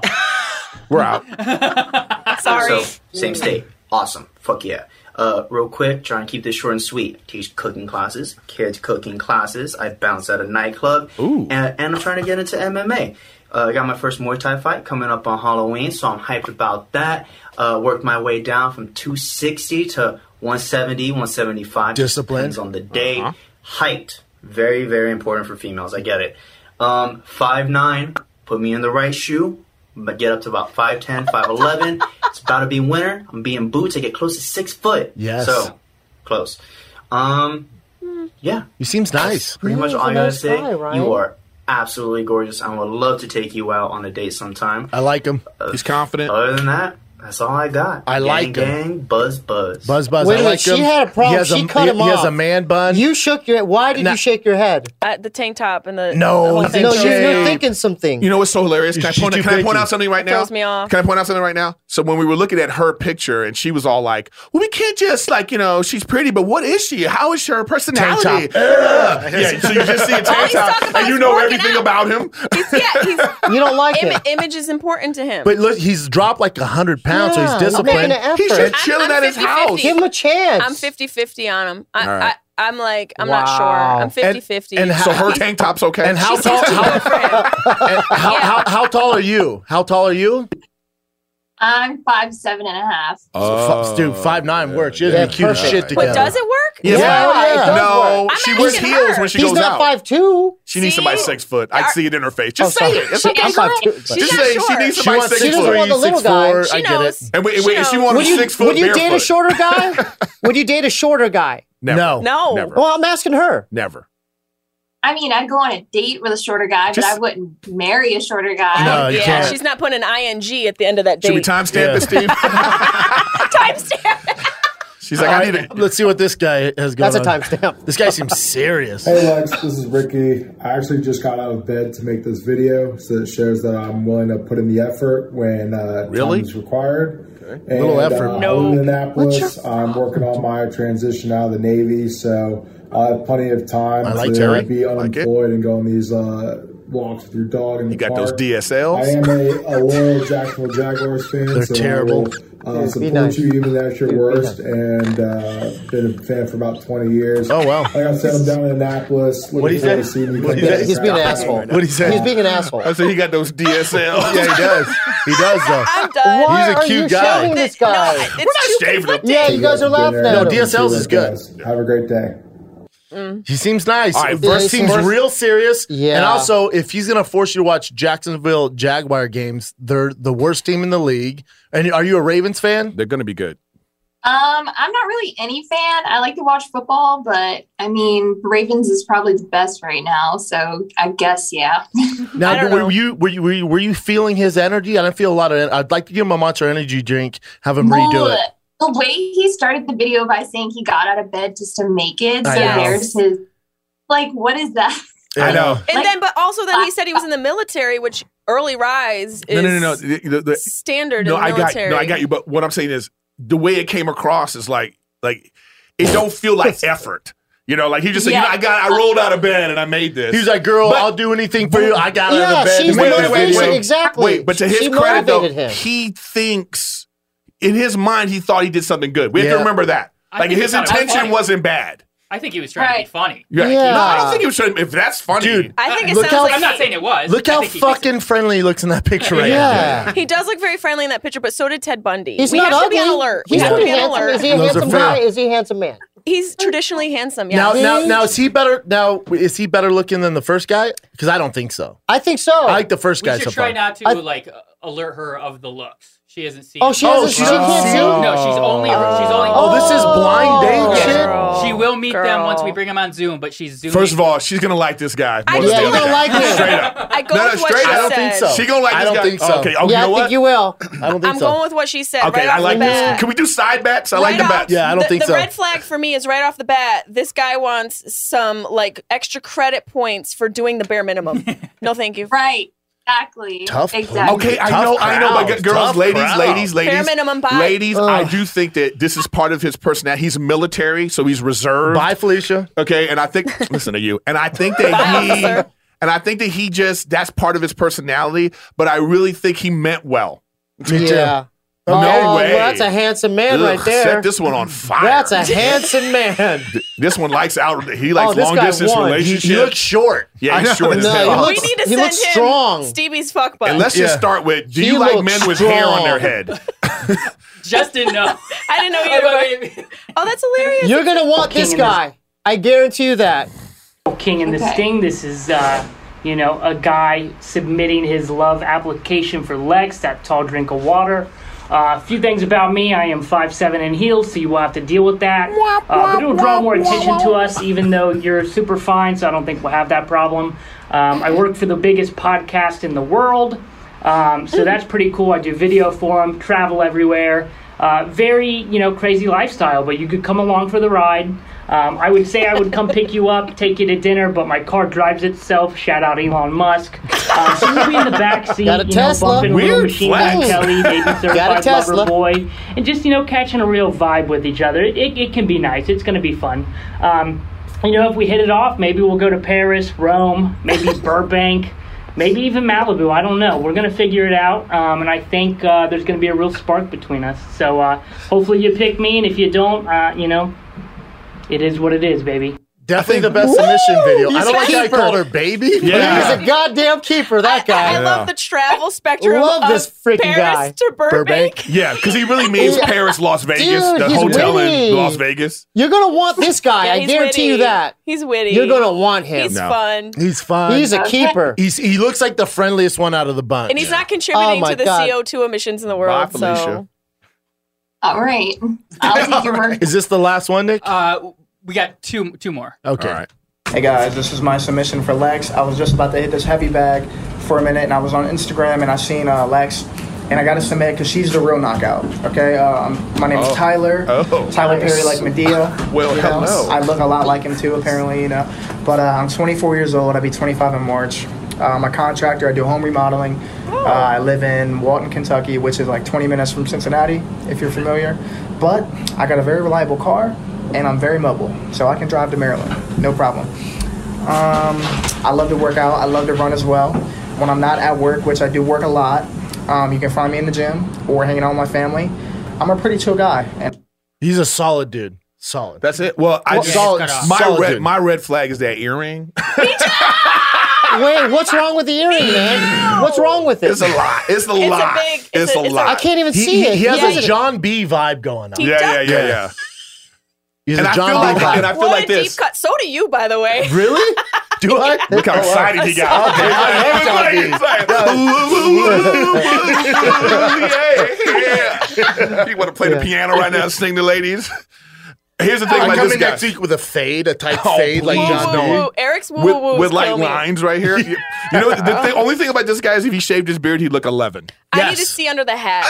O: We're out.
C: Sorry.
O: So,
G: Mm.
O: same state. Awesome. Fuck yeah. Uh, real quick, trying to keep this short and sweet. Teach cooking classes, kids cooking classes. I bounce at a nightclub. Ooh. And, and I'm trying to get into MMA. Uh, I got my first Muay Thai fight coming up on Halloween, so I'm hyped about that. Uh, worked my way down from 260 to 170, 175.
A: Discipline.
O: Depends on the day. Height. Very, very important for females. I get it. Um, 5'9. Put me in the right shoe but get up to about 5'10, 5'11. it's about to be winter. I'm being boots. I get close to six foot.
A: Yes.
O: So close. Um, yeah.
A: He seems nice.
O: Pretty much all I gotta say. You
A: are.
O: are absolutely gorgeous. I would love to take you out on a date sometime.
A: I
O: Uh,
A: like him.
B: He's confident.
O: Other than that, that's all I got.
A: I
O: gang,
A: like him.
O: gang, buzz, buzz.
A: Buzz buzz.
F: Wait a
A: I
F: minute,
A: like
F: she
A: him.
F: had a problem.
A: He has
F: She
A: a,
F: cut
A: he,
F: him
A: he has
F: off.
A: a man bun.
F: You shook your. Why did
A: Nah.
F: you shake your head?
C: Uh, the tank top and the the
F: No,
C: whole thing.
F: no, you're thinking something.
B: You know what's so hilarious? Can I
F: She's
B: point,
F: too
B: can I point
F: picky.
B: out something right now?
C: Throws me off.
B: Can I point out something right now? So when we were looking at her picture, and she was all like, "Well, we can't just like you know, she's pretty, but what is she? How is her personality?"
A: Tank top.
B: Ugh. yeah, so you just see a
C: All
B: tank
C: he's talking
B: top,
C: about
B: and you
C: is
B: know
C: working
B: everything
C: out.
B: about him.
A: you don't like
C: Ima- image is important to him.
A: But look, he's dropped like hundred pounds, so
F: Yeah,
A: he's disciplined.
F: making an He's effort. just
C: chilling at his house.
F: Give him a chance.
C: I'm 50 50 on him. I,
B: All right.
C: I, I'm like, I'm not
A: Wow.
C: sure. I'm 50 50.
A: and how-
B: so her tank top's okay.
A: And how tall? How, and how, how, how tall are you? How tall are you?
N: I'm five seven and a half.
A: so, fu-
B: Oh,
A: dude, five nine works. You're
F: Yeah,
A: the cutest
F: perfect.
A: shit
F: Wait,
A: together.
C: But does it work?
A: Yeah.
C: Is
A: Yeah.
C: that why?
A: Yeah.
F: It does
B: No,
F: work.
B: she wears heels when she
F: He's
B: goes
F: not
B: out.
F: five two.
B: She needs somebody six foot. I see it in her face. Just
F: Oh,
B: say
F: sorry.
B: it. It's
F: She-
B: okay.
F: I'm five two, but-
B: Just
F: She's
B: say
F: not
B: she
F: short.
B: needs
F: She
B: somebody
F: wants
B: six
F: six
B: foot.
F: foot. want the little
A: six
F: guy.
A: four,
F: She
A: I get it.
B: And wait, wait, she wanted
F: Would you,
B: six foot.
F: would you date a
B: barefoot.
F: shorter guy? would you date a shorter guy?
B: Never.
A: No.
C: No.
B: Never.
F: Well, I'm asking her.
B: Never.
N: I mean, I'd go on a date with a shorter guy, but I
B: Just-
N: wouldn't marry a shorter guy.
A: No, you
C: yeah,
A: can't.
C: she's not putting an ing at the end of that date.
B: Should we timestamp it, Steve? She's like, I need it.
A: Let's see what this guy has going
F: That's a
A: on.
F: timestamp.
A: This guy seems serious.
J: Hey Lex, this is Ricky. I actually just got out of bed to make this video, so it shows that I'm willing to put in the effort when uh,
B: Really?
J: time is required. Okay.
A: Little effort.
J: Uh,
A: No.
J: I'm in Annapolis. I'm working on my transition out of the Navy, so I have plenty of time
B: I
J: to
B: like Terry.
J: be
B: Like it.
J: unemployed and go on these uh, walks with your dog in the
B: You got those
J: park.
B: DSLs?
J: I am a, a loyal Jacksonville Jaguars fan.
A: They're
J: so
A: terrible.
J: I will, uh,
F: Dude, be
J: support
F: nice.
J: you even at your
F: Dude, be
J: worst,
F: nice.
J: and uh, been a fan for about 20 years.
A: Oh wow.
J: Like I said, I'm down in Annapolis.
A: What'd
J: Looking
A: he
J: forward to
A: say?
J: seeing you.
A: What'd
J: come
A: he
J: back
A: say?
F: He's being an
J: down.
F: asshole.
A: What'd he say?
F: He's being an asshole.
B: I said he got those DSLs.
A: Yeah, he does. He does though.
C: I'm done.
F: Why
A: He's a
F: are
A: cute
F: you
A: guy.
F: shouting this
C: No,
F: guy?
C: it's too
B: shaving him.
F: yeah, you guys are
J: Dinner.
F: laughing
J: No,
F: at
A: No,
F: him.
A: DSLs is good.
J: Have a great day.
G: Mm.
A: He seems nice.
B: All right,
A: Verse
F: yeah, he
A: seems
F: seems-
A: real serious.
F: Yeah.
A: And also, if he's gonna force you to watch Jacksonville Jaguar games, they're the worst team in the league. And are you a Ravens fan?
B: They're gonna be good.
N: Um, I'm not really any fan. I like to watch football, but I mean, Ravens is probably the best right now, so I guess yeah.
A: Now,
C: I don't
A: were,
C: know.
A: You, were you were you were you feeling his energy? I don't feel a lot of. en- I'd like to give him a matcha energy drink. Have him redo
N: Well,
A: it.
N: The way he started the video by saying he got out of bed just to make it, so
A: I know.
N: there's his like, what is that?
B: I know.
C: And
N: Like-
C: then, but also, then he said he was in the military, which early rise
B: No,
C: is
B: no, no, no. The- the- the-
C: standard
B: no,
C: in the
B: I got,
C: military.
B: no, I got you. But what I'm saying is, the way it came across is like, like it don't feel like effort. You know, like he just said, you
N: Yeah.
B: know, I got, I rolled out of bed and I made this.
A: He was like, "Girl,
B: But-
A: I'll do anything for you. I got out of
F: Yeah,
A: the bed." to
F: she's the
A: make this
F: motivation.
A: video."
F: Exactly.
B: Wait, but to his
F: she
B: credit, though,
F: motivated him.
B: he thinks in his mind he thought he did something good. We have
A: Yeah.
B: to remember that.
G: I
B: Like
G: think
B: his
G: he thought it was
B: intention
G: funny.
B: wasn't bad.
G: I think he was trying to be
N: Right.
G: funny.
B: You're right.
F: Yeah.
B: No, I don't think he was trying. If that's funny,
A: Dude,
C: I think it
A: Look
C: sounds
A: how-
C: like
G: I'm not
C: he-
G: saying it was.
A: Look
G: I
A: how
G: think he thinks it-
A: fucking friendly he looks in that picture right
F: Yeah.
A: now.
C: He does look very friendly in that picture, but so did Ted Bundy.
F: He's
C: we
F: not
C: have
F: ugly.
C: to be on alert.
F: He's
C: we have to
F: pretty
C: be on
F: handsome.
C: alert.
F: Is he a
A: Those are
F: handsome
A: fair.
F: guy? Is he a handsome man?
C: He's traditionally handsome. Yeah.
A: Now, now, now, is he better? Now, is he better looking than the first guy? Because I don't think so.
F: I think so.
A: I like the first
G: We
A: guy
G: should
A: so
G: try
A: far.
G: not to
F: I-
G: like uh, alert her of the looks. She isn't seeing.
F: Oh, she hasn't- she can't see?
G: No, she's only. She's only.
F: Oh, this is blind
G: Yes.
F: date shit?
G: She will meet them once we bring them on Zoom, but she's Zooming.
B: First of all, she's gonna like this guy.
G: I
B: more
G: just
B: than the
G: don't
B: other
G: like
B: guy.
G: him.
B: Straight up.
C: I go
B: No, no,
C: with what
B: straight
C: she
B: up. I don't
C: said.
B: think so. She gonna like
A: I
B: this
A: don't
B: guy.
A: think so.
B: Okay. Oh, you
F: yeah,
B: know
F: I
B: what?
F: think you will.
A: I don't think
C: I'm
A: so.
C: going with what she said.
B: Okay,
C: right
B: I
C: off
B: like
C: the
B: this.
C: bat.
B: Can we do side bets? I like the bets.
A: Yeah, I don't
C: the,
A: think
C: the
A: so.
C: red flag for me is right off the bat. This guy wants some like extra credit points for doing the bare minimum. no, thank you.
N: Right. Exactly.
A: Tough
N: Exactly.
B: Okay, I know, I know, but
A: crowd,
B: girls,
A: tough
B: ladies,
A: crowd.
B: ladies, ladies,
C: Bare minimum buy.
B: ladies.
C: Ugh.
B: I do think that this is part of his personality. He's military, so he's reserved.
A: Bye, Felicia.
B: Okay, and I think listen to you, and I think that
A: Bye,
B: he,
A: officer.
B: and I think that he just that's part of his personality. But I really think he meant well.
A: Me too.
F: Yeah.
B: No
F: oh, well,
B: way.
F: that's a handsome man
B: Ugh,
F: right there.
B: Set this one on fire.
F: That's a handsome man.
B: Th- This one likes out. He likes
F: Oh, this
B: long
F: guy
B: distance
F: won. He- he
B: relationships.
F: looks
A: short.
B: Yeah,
F: I know.
B: he's short as
F: No,
B: hell.
F: he
C: we need to
F: he
C: send him
F: looks strong.
C: Stevie's fuck butt.
B: and let's just start with: Do you like men with hair on their head?
G: Justin, no.
C: I didn't know you. Were oh, that's hilarious.
F: You're gonna want this guy. I guarantee you that.
P: King and the
C: Okay.
P: Sting. This is, uh, you know, a guy submitting his love application for Lex, that tall drink of water. Uh, a few things about me. I am 5'7 in heels, so you will have to deal with that. Uh, but it will draw more attention to us, even though you're super fine, so I don't think we'll have that problem. Um, I work for the biggest podcast in the world, um, so that's pretty cool. I do video for them, travel everywhere. Uh, very, you know, crazy lifestyle, but you could come along for the ride. Um, I would say I would come pick you up, take you to dinner, but my car drives itself. Shout out Elon Musk. Uh, so you'll be in the back seat,
F: Got a
P: you
F: Tesla.
P: know, bumping little
F: Weird
P: machine gun
F: flex.
P: Kelly, baby
F: Got a
P: certified
F: Tesla.
P: lover boy, and just you know catching a real vibe with each other. It, it, it can be nice. It's going to be fun. Um, you know, if we hit it off, maybe we'll go to Paris, Rome, maybe Burbank. Maybe even Malibu. I don't know. We're gonna figure it out, um, and I think uh, there's gonna be a real spark between us. So uh, hopefully you pick me, and if you don't, uh, you know, it is what it is, baby.
A: Definitely the best submission video. I
F: He's
A: don't like that I
F: keeper.
A: called her baby.
F: He was a goddamn keeper, that guy.
C: I love the travel spectrum.
F: Love
C: of
F: this freaking
C: Paris
F: guy.
C: to Burbank.
B: Yeah, because he really means
F: Yeah.
B: Paris, Las Vegas,
F: Dude,
B: the
F: he's
B: hotel
F: witty.
B: in Las Vegas.
F: You're gonna want this guy.
C: Yeah,
F: I
C: he's
F: guarantee you
C: witty.
F: that.
C: He's witty.
F: You're gonna want him.
C: He's
A: No.
C: fun.
A: He's fine.
F: He's a keeper.
A: He's, he looks like the friendliest one out of the
B: Uh,
A: bunch.
C: And he's not contributing
A: Oh, my
C: to the
A: God.
C: CO2 emissions in the world. so
N: All right.
A: Is this the last
Q: Oh,
A: one, Nick?
G: Uh, we got two two more.
A: Okay.
Q: Hey guys, this is my submission for Lex. I was just about to hit this heavy bag for a minute, and I was on Instagram and I seen uh, Lex, and I got to submit because she's the real knockout. Okay, um, my name
B: Oh.
Q: is Tyler.
B: Oh.
Q: Tyler
B: Nice.
Q: Perry, like Medea.
B: Well,
Q: you know?
B: hello.
Q: I look a lot like him too, apparently. You know, but uh, I'm 24 years old. I'll be 25 in March. Uh, I'm a contractor. I do home remodeling. Uh, I live in Walton, Kentucky, which is like 20 minutes from Cincinnati, if you're familiar. But I got a very reliable car, and I'm very mobile, so I can drive to Maryland, no problem. Um, I love to work out. I love to run as well. When I'm not at work, which I do work a lot, um, you can find me in the gym or hanging out with my family. I'm a pretty chill guy. And
A: He's a solid dude. Solid.
B: That's it. Well, I
A: Well,
B: just
A: solid- Yeah, it's cut off.
B: my
A: solid
B: red
A: dude.
B: my red flag is that earring.
F: Wait, what's wrong with the earring, man? What's wrong with it?
B: It's a lot. It's a lot. it's a lot.
F: I can't even
A: He-
F: see
A: he-
F: it.
A: He has a
F: doesn't-
A: John B vibe going on.
B: Yeah, yeah, yeah, yeah.
A: He's
B: And
A: a
B: I
A: John
B: feel
A: B
B: like-
A: vibe.
B: and I feel
C: what
B: like
C: a
B: this.
C: deep cut. So do you, by the way.
A: Really? Do I?
B: Look how excited he got.
A: Okay, I love John B.
B: You want to play the piano right now, and sing the ladies. Here's the thing
A: I'm
B: about
A: coming
B: this guy.
A: next week with a fade, a tight
B: Oh,
A: fade like
B: please
A: John
B: don't.
A: B.
C: Woo, Eric's woo
B: with,
C: woo woo.
B: with like lines right here. You, you know, the thing, only thing about this guy is if he shaved his beard, he'd look 11.
C: I need to see under the hat.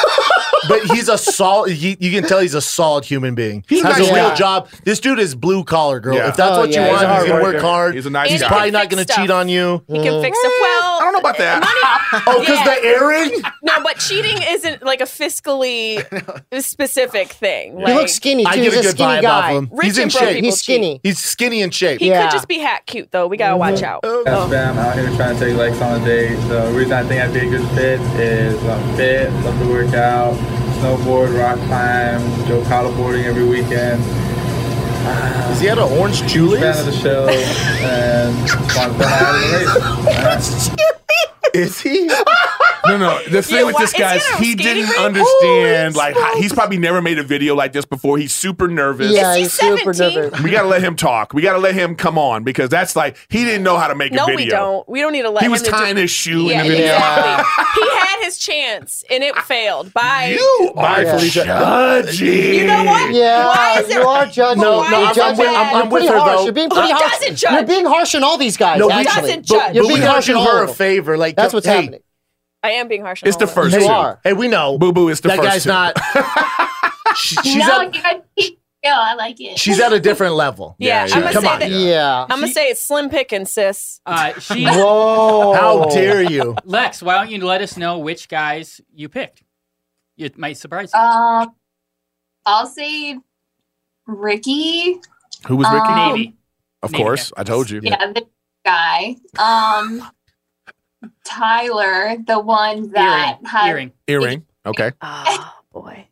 A: but he's a solid. You, Oh, you can tell he's a solid human being.
B: He's
A: He
B: a
A: has
B: nice
A: a real
B: guy.
A: job. This dude is blue collar, girl.
B: Yeah.
A: If that's
F: Oh,
A: what
F: yeah,
A: you
F: he's
A: want,
F: a
A: he's,
F: hard
A: gonna
F: worker.
A: work hard.
B: He's a nice
A: He's
B: guy.
A: probably
B: He
A: not gonna
C: fix
A: cheat
C: stuff.
A: on you.
C: He can fix stuff. Well,
B: I don't know about that.
A: Oh, because the earring.
C: No, but cheating isn't like a fiscally specific thing.
A: He
C: Like,
A: looks
F: skinny,
A: I
F: too.
A: get
F: He's
A: a
F: a
A: good
F: skinny
A: vibe
F: guy.
A: off him.
C: Rich
A: he's in
C: and broke
A: shape.
C: people He's
F: skinny. cheat.
A: He's skinny in shape.
C: He could just be hat cute though. We gotta watch out.
B: Oh.
R: That's fam out here trying to take Lex on a date. The reason I think I'd be a good fit is I'm fit, love to work out, snowboard, rock climb, go paddle boarding every weekend.
A: Is he had an orange Julius?
R: Fan of the show and want to go out of the race.
A: Is he?
B: No, no. The thing
A: Yeah,
B: with
A: why-
B: this
A: is
B: guy
A: he
B: is
A: on a
B: he
A: skating
B: didn't
A: rink?
B: understand.
A: Holy
B: like how- he's probably never made a video like this before. He's super nervous.
F: Yeah, he's super nervous.
B: We gotta let him talk. We gotta let him come on because that's like he didn't know how to make
C: no,
B: a video.
C: we don't. We don't need to let.
B: He
C: him
B: was
C: to do-
B: tying his shoe
C: Yeah,
B: in the video.
C: exactly. he had his chance and it failed. Bye.
B: You are
A: Yeah.
B: judging.
C: You know what?
F: Yeah,
C: Why is it-
F: you are judging.
A: No,
F: You're
A: no, I'm-
F: judging.
A: I'm with- I'm- I'm
F: You're
A: with
F: pretty
A: her,
F: harsh.
A: though.
F: You're being pretty
A: Who
F: harsh.
A: doesn't
C: judge?
F: You're being harsh on all these guys.
A: No, we-
F: actually.
A: Doesn't judge.
F: You're
A: But
F: being
A: we
F: harsh
A: gotta
F: on
A: do her
F: all
A: a
F: of them.
A: favor, like,
F: that's what's
A: hey,
F: happening.
C: I am being harsh. on
B: It's the
C: all of them.
B: first
A: Hey,
B: two.
A: are. Hey, we know.
B: Boo boo is the
A: that
B: first
A: guy's
B: two.
A: not. she- she's
N: no,
A: at
N: you guys keep yo, I like it.
A: she's at a different level.
C: Yeah,
A: She-
C: I'm gonna
A: come
C: say
A: on.
C: that-
F: yeah.
C: I'm gonna say it's slim pickings, sis.
G: Uh, she,
F: Whoa!
A: How
B: Oh,
A: dare you?
G: Lex? Why don't you let us know which guys you picked? It might surprise you.
N: Um, I'll say Ricky.
B: Who was Ricky?
N: Um,
G: Navy.
B: Of course, I told you.
N: Yeah, the guy. Um, Tyler, the one that had,
G: Earring.
B: Earring. Okay.
C: boy.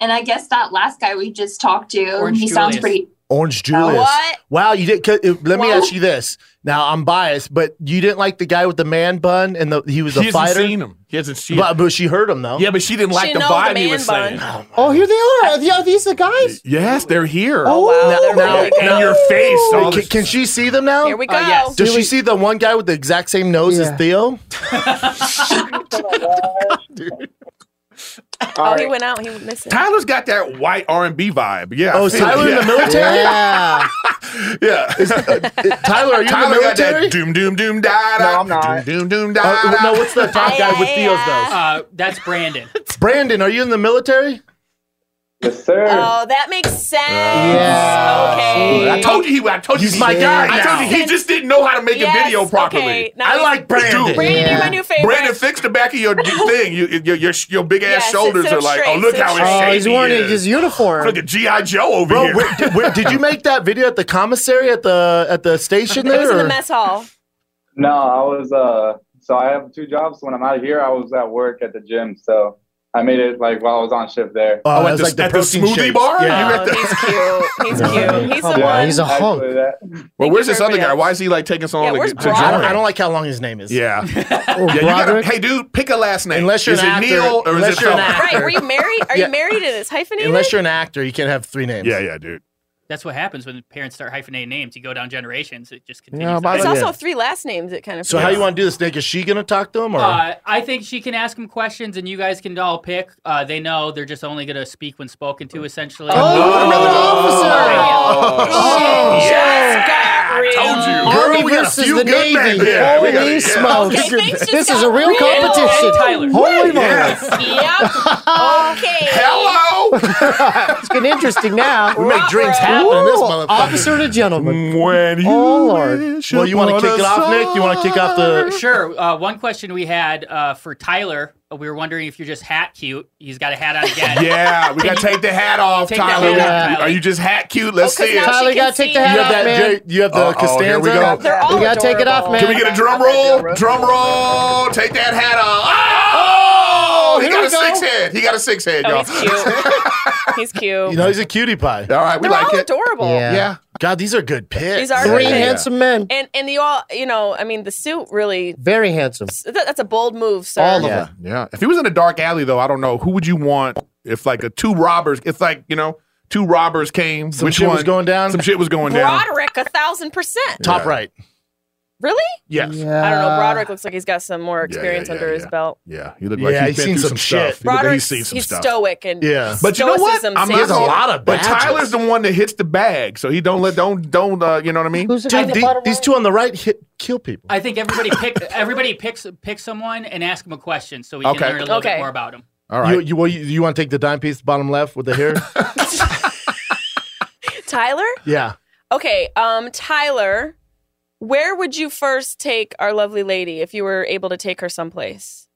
N: and I guess that last guy we just talked to,
G: Orange
N: he sounds
G: Julius.
N: pretty.
A: Orange Julius.
N: What?
A: Wow, you did. 'cause- uh, Let me ask you this. Now I'm biased, but you didn't like the guy with the man bun and the he was a
B: he hasn't
A: fighter.
B: seen him. He hasn't seen
A: But,
B: him.
A: but she heard him though.
B: Yeah, but she didn't like
A: She
B: the
A: know the
B: vibe he
A: man
B: was
A: bun.
B: saying.
F: Oh, here they are. Are the- Are these the guys?
B: Yes, they're here.
F: Oh, wow.
B: Now- now- in your face. all
A: Can,
B: this-
A: can she see them now?
C: Here we
B: Oh,
C: go. yes.
A: Does she see the one guy with the exact same nose as Theo?
C: Oh,
B: All
C: he
B: right.
C: went out. He would miss it.
B: Tyler's got that white R and B vibe. Yeah. I
A: Oh, is
B: feel it.
A: Tyler in the
B: Yeah.
A: military? uh,
F: Yeah.
B: Yeah.
A: Tyler, are you in
B: Tyler
A: the
B: got
A: military?
B: that doom doom doom da da.
A: No, I'm not.
B: Doom doom doom da
A: Uh,
B: da.
A: no, what's the top guy with Theo's nose?
G: Uh, that's Brandon.
A: Brandon, are you in the military?
R: Yes, sir.
C: Oh, that makes sense.
A: Yeah.
C: Okay.
B: I told you he. I told you
A: He's
B: he-
A: my guy
B: I
A: now.
B: told you he just didn't know how to make
C: Yes,
B: a video properly.
C: okay. Now I he's- like
A: Brandon.
C: Brandon, you're my new favorite.
B: Brandon, fix the back of your d- thing. You, your your, your big ass
C: Yeah, sit-
B: shoulders
C: sit
B: are
C: up
B: like,
C: straight,
B: oh look
C: sit
B: how
C: up straight.
B: in
F: Oh,
B: shape
F: he's
B: he
F: wearing
B: is.
F: his uniform.
B: Look at GI Joe over
A: Bro,
B: here.
A: where, did, where- did you make that video at the commissary at the at the station
C: It was in
A: there?
C: the
A: or-
C: mess hall.
R: No, I was uh so I have two jobs. When I'm out of here, I was at work at the gym, so I made it like while I was on shift there.
A: Oh,
B: Oh,
A: that
B: at
A: was
B: the-
A: like the
B: at the
A: protein
B: smoothie
A: shakes.
B: bar?
A: Yeah.
B: You
C: Oh, he's cute. He's cute. He's the
A: Yeah,
C: one.
A: he's a hunk.
R: Actually, that-
B: well, where's this
C: for
B: other guy?
C: real.
B: Why is he like taking so
C: Yeah,
B: long to,
C: where's
B: get- to join?
C: Brock?
A: I don't, I don't like how long his name is.
B: Yeah.
A: Oh,
B: yeah you gotta,
A: Broderick.
B: hey, dude, pick a last name.
A: Unless you're
B: is
A: an
B: it
A: actor.
B: Neil or
A: Unless
B: is it
A: you're an
B: Phil?
A: actor.
C: Right. Were you married? Are
A: Yeah.
C: you married and it's hyphenated?
A: Unless you're an actor, you can't have three names.
B: Yeah, yeah, dude.
G: That's what happens when parents start hyphenating names. You go down generations. It just continues.
A: Yeah,
G: on.
A: by
C: There's
A: the
C: also
A: way.
C: three last names. It kind of.
A: So how you want to do this, Nick? Is she gonna talk to him or?
G: Uh, I think she can ask him questions, and you guys can all pick. Uh, they know they're just only going to speak when spoken to, essentially.
F: Oh, you want another officer?
C: Just got real.
F: Army
A: we got a
F: versus
A: few
F: the
A: good men
F: Navy.
B: here. We
F: Holy
B: got- yeah.
F: smokes!
C: Okay, things just
F: this is
C: got
F: a real
C: real.
F: competition.
G: Tyler.
F: Holy moly!
B: Yes.
C: Yep. Okay.
B: Hello.
F: It's getting interesting now.
A: we make drinks happen in this
F: Ooh,
A: motherfucker.
F: Officer and a gentleman.
B: When you
F: Oh Lord!
B: wish
A: Well, you want to
B: upon
A: kick it
B: a
A: off, Nick? You want to kick off the?
G: Sure. Uh, one question we had uh, for Tyler, uh, we were wondering if you're just hat cute. He's got a hat on again.
B: Yeah, we gotta take the hat off,
G: Take the
B: Tyler.
G: hat off,
B: You-
G: Tyler.
B: Are you just hat cute? Let's
C: Oh, 'cause
B: see it.
C: now
F: Tyler,
C: she can
F: gotta take
C: see
F: the
A: You
F: hat
A: have
F: off,
A: that.
F: man.
A: Jer- You have the
B: Uh-oh, here we
A: Costanza.
B: go.
C: They're all
F: You gotta take it off,
C: adorable.
F: man.
B: Can we get a drum roll? Drum roll. Take that hat off. Oh, he
F: Here
B: got
F: we
B: a
F: go.
B: six head. He got a six head,
C: Oh,
B: y'all.
C: he's cute. he's cute.
A: You know he's a cutie pie.
B: All right, we
C: They're
B: like
C: all
B: it.
C: adorable.
F: Yeah.
B: Yeah.
A: God, these are good picks.
C: These are
F: Three
C: Yeah.
F: handsome men.
C: And and you all, you know, I mean, the suit really.
F: Very handsome.
C: that- That's a bold move, sir.
F: All of
B: Yeah.
F: them.
B: Yeah. If he was in a dark alley, though, I don't know who would you want if like a two robbers. If like you know two robbers came,
A: Some
B: which
A: shit
B: one
A: was going down.
B: Some shit was going down.
C: Broderick, a thousand percent.
A: Top
B: Yeah.
A: right.
C: Really?
B: Yes. Yeah.
F: Yeah.
C: I don't know. Broderick looks like he's got some more
B: yeah,
C: experience
B: yeah,
C: under his
B: yeah.
C: belt.
B: You look
A: Yeah,
B: like
A: he's
B: he's been
A: seen
B: through
A: some
B: some
A: shit.
B: stuff. You look like
C: Broderick,
B: he's seen some
C: he's
B: stuff.
C: stoic and
A: Yeah.
B: But you know what?
C: stoicism
B: I'm
C: saves
B: not gonna
C: him.
A: lot of
B: But
A: badges.
B: Tyler's the one that hits the bag, so he don't let don't don't uh, you know what I mean?
F: Who's the guy
A: Dude,
F: at the
A: the-
F: bottom
A: these
F: right?
A: two on the right hit kill people.
G: I think everybody pick everybody picks pick someone and ask him a question so we can
B: Okay.
G: learn a little
C: Okay.
G: bit more about him.
B: All right.
A: You, you, well, you, you want to take the dime piece, bottom left with the hair?
C: Tyler?
A: yeah.
C: Okay, um, Tyler, where would you first take our lovely lady if you were able to take her someplace?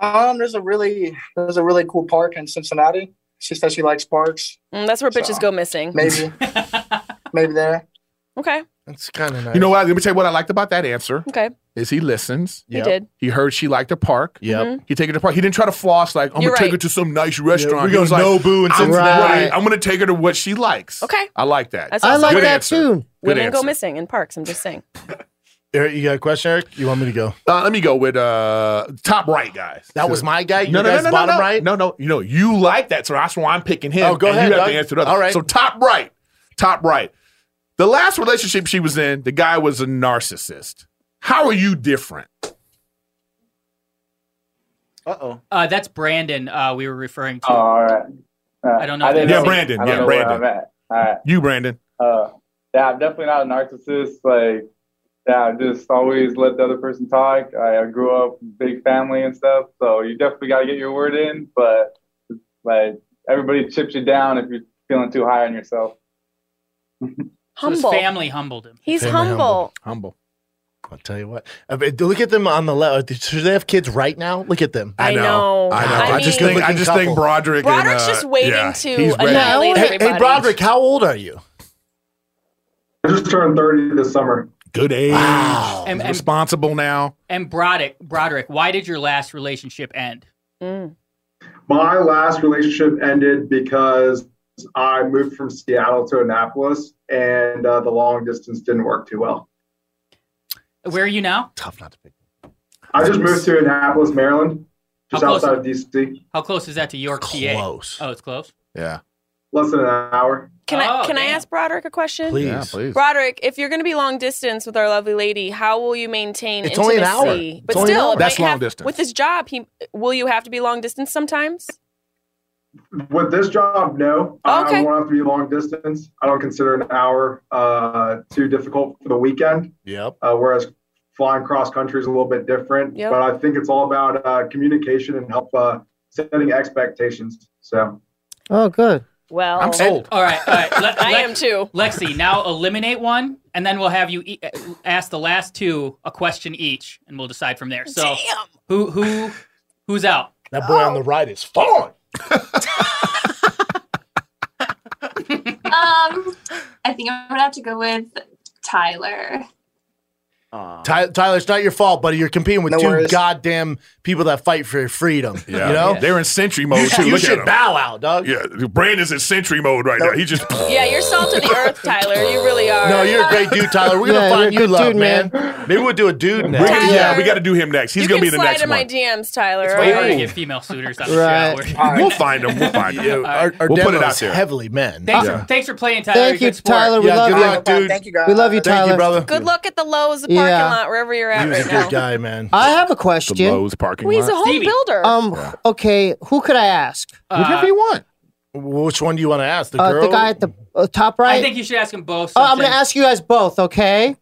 Q: Um, there's a really there's a really cool park in Cincinnati. She said she likes parks.
C: Mm, that's where bitches
Q: So-
C: go missing.
Q: Maybe, maybe there.
C: Okay,
A: That's kind of nice.
B: You know what? Let me tell you what I liked about that answer
C: okay,
B: is he listens.
C: he did. Mm-hmm.
B: He heard she liked to park.
A: Yep.
B: He take her to park. He didn't try to floss like I'm
C: You're
B: gonna take
C: right.
B: her to some nice restaurant.
A: we
B: He
A: go
B: was like,
A: Nobu in
B: I'm,
A: Cincinnati.
B: right, I'm gonna take her to what she likes.
C: Okay.
B: I like that.
C: That's
F: I
C: awesome.
F: like
B: Good
F: that
B: answer.
F: too.
B: Good
C: Women go
B: answer.
C: missing in parks. I'm just saying.
A: Eric, you got a question, Eric? You want me to go?
B: Uh, let me go with uh, top right, guys.
A: That was my guy? Your
B: No, no, no,
A: guy's
B: no, no,
A: bottom
B: no.
A: right?
B: No, no. You know, you like that, so that's why I'm picking him.
A: Oh, go
B: and
A: ahead,
B: You have
A: Doug.
B: to answer the other.
A: All right.
B: So top right, top right. The last relationship she was in, the guy was a narcissist. How are you different?
I: Uh oh.
G: Uh, that's Brandon. Uh, we were referring to.
S: Oh, all right. Uh, All right.
G: I don't know. if
S: didn't
G: that's-
B: Brandon.
S: I don't
B: Yeah,
S: know where
B: Brandon.
S: I'm at. All right.
B: You, Brandon.
S: Uh, yeah, I'm definitely not a narcissist. Like, yeah, I just always let the other person talk. I, I grew up big family and stuff, so you definitely got to get your word in. But like, everybody chips you down if you're feeling too high on yourself.
G: so his
C: Humble.
G: family humbled him.
C: He's
A: Family
C: humble.
B: Humble.
A: I'll tell you what. I mean, look at them on the left. Should they have kids right now? Look at them.
B: I I know. know. I know. I just think- I just think
A: Couple.
B: Broderick and, Broderick's uh, just waiting yeah, to he's ready. annihilate
A: Hey, hey,
B: everybody.
A: Broderick, how old are you?
S: I just turned 30 this summer.
B: Good age.
G: And- and-
B: responsible now.
G: And Broderick, Broderick, why did your last relationship end?
S: My last relationship ended because I moved from Seattle to Annapolis, and uh, the long distance didn't work too well.
G: Where are you now?
A: Tough not to pick.
S: I just moved to Annapolis, Maryland, just
G: How close-
S: outside of DC,
G: How close is that to York, PA?
A: Close.
G: Oh, it's close.
B: Yeah.
S: less than an hour.
C: Can
B: Oh,
C: I can I ask Broderick a question?
S: Please. Yeah, please.
C: Broderick, if you're going to be long distance with our lovely lady, how will you maintain
B: It's only
C: intimacy?
B: an hour. It's
C: But
B: only an
C: still,
B: hour.
C: it
B: That's
C: might
B: long
C: have-
B: distance.
C: With this job, he will you have to be long distance sometimes?
S: With this job, no, I- I
C: Okay.
S: won't have to be long distance. I don't consider an hour uh, too difficult for the weekend.
A: Yep.
S: uh, whereas flying cross country is a little bit different.
C: Yep.
S: But I think it's all about uh, communication and help uh, setting expectations. So
F: Oh, good.
C: Well,
F: I'm sold.
G: All right, all right. Let,
C: I
G: let-
C: am too.
G: Lexi, now eliminate one, and then we'll have you e- ask the last two a question each, and we'll decide from there. So, who who who's out?
A: That boy on the right is fine.
N: um, I think I'm gonna have to go with Tyler.
A: Ty- Tyler, it's not your fault, buddy. You're competing with
N: No
A: two
N: worries.
A: goddamn people that fight for your freedom.
B: Yeah.
A: You know?
B: They're in sentry mode
A: You should-
B: too.
A: you
B: Look
A: should
B: at 'em.
A: bow out, dog.
B: Yeah. Brandon's in sentry mode right now. He just
C: Yeah, you're salt of the earth, Tyler. You really are.
A: No, you're a great dude, Tyler. We're
B: Yeah,
A: gonna find
B: you're a
A: you
B: good
A: love,
B: dude,
A: man.
B: man.
A: Maybe we'll do a dude next.
B: Bring- Yeah, we got to do him next. He's
C: you
B: gonna
C: can
B: be the
C: slide
B: next
C: in
B: one.
C: my DMs, Tyler.
G: That's
C: all
G: why you gotta
C: right?
G: get femell suitors on
A: Right.
G: the show. We're-
B: We'll find him. We'll find him.
A: Our, our
B: We'll put it
A: demo's
B: out there.
A: heavily men.
G: Thanks,
B: Uh.
A: Yeah.
G: thanks for playing, Tyler.
F: Thank
G: You're
F: you,
G: a good sport.
F: Tyler. We
A: Yeah,
F: love
A: good
F: you.
A: luck, dude. Thank you, guys.
F: We love you,
A: Thank
F: Tyler.
A: you, brother.
C: Good luck at the Lowe's, the parking
F: Yeah.
C: lot, wherever you're at
A: He was
C: right
A: a
C: now.
A: good guy, man.
F: I have a question.
B: Lowe's parking
C: Well, he's a home builder.
F: Um. Okay. Who could I ask?
A: Whatever you want. Which one do you want to ask? The
F: Uh,
A: girl?
F: the guy at the uh, top right.
G: I think you should ask them both.
F: Oh, I'm going to
G: something.
F: ask you guys both, okay?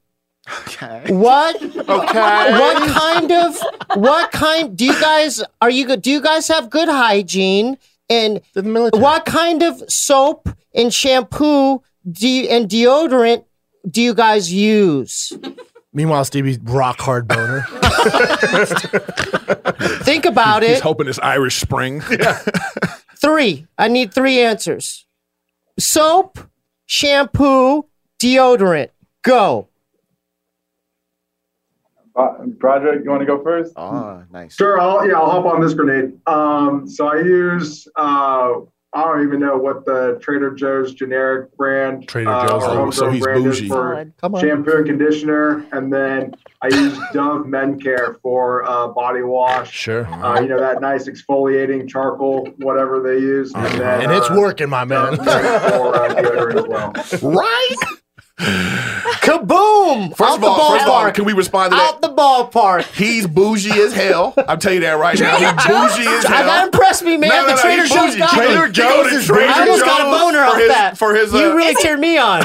F: Okay. What? okay. What kind of? What kind? Do you guys are you good? Do you guys have good hygiene? And what kind of soap and shampoo do you, and deodorant do you guys use?
A: Meanwhile, Stevie's rock hard boner.
F: Think about
B: He's
F: it.
B: hoping it's Irish Spring.
F: Three. I need three answers. Soap, shampoo, deodorant. Go.
S: Bro- Broderick, Uh, you want to go first?
I: Ah, nice.
S: Sure, I'll yeah, I'll hop on this grenade. Um, so I use uh, I don't even know what the Trader Joe's generic brand
B: Trader
S: uh,
B: Joe's.
S: or
B: Oh, so
S: homegrown
B: he's
S: brand is
B: bougie.
S: for
B: Solid. Come on.
S: shampoo and conditioner, and then I use Dove Men Care for uh, body wash.
A: Sure.
S: Uh, you know that nice exfoliating charcoal, whatever they use,
B: Uh-huh.
S: and then
A: and it's
S: uh,
A: working, my man.
S: for, uh, deodorant as well.
A: right? Kaboom!
B: First
A: Out
B: of
A: the
B: all, first of all,
A: ballpark.
B: can we respond to that?
F: Out the ballpark.
B: He's bougie as hell. I'm telling you that right now. He's
F: Trader
B: bougie as
F: Joe's? I
B: hell.
F: gotta impress me, man.
B: No, no,
F: The
B: no,
F: Trader
B: he's
F: Joe's
B: bougie.
F: got me.
B: Trader
F: You go
B: Joe's
F: to
B: is Trader
F: I almost got a
B: Joe's
F: boner
B: for
F: off
B: his-
F: that.
B: For his, uh,
F: you really turned me on.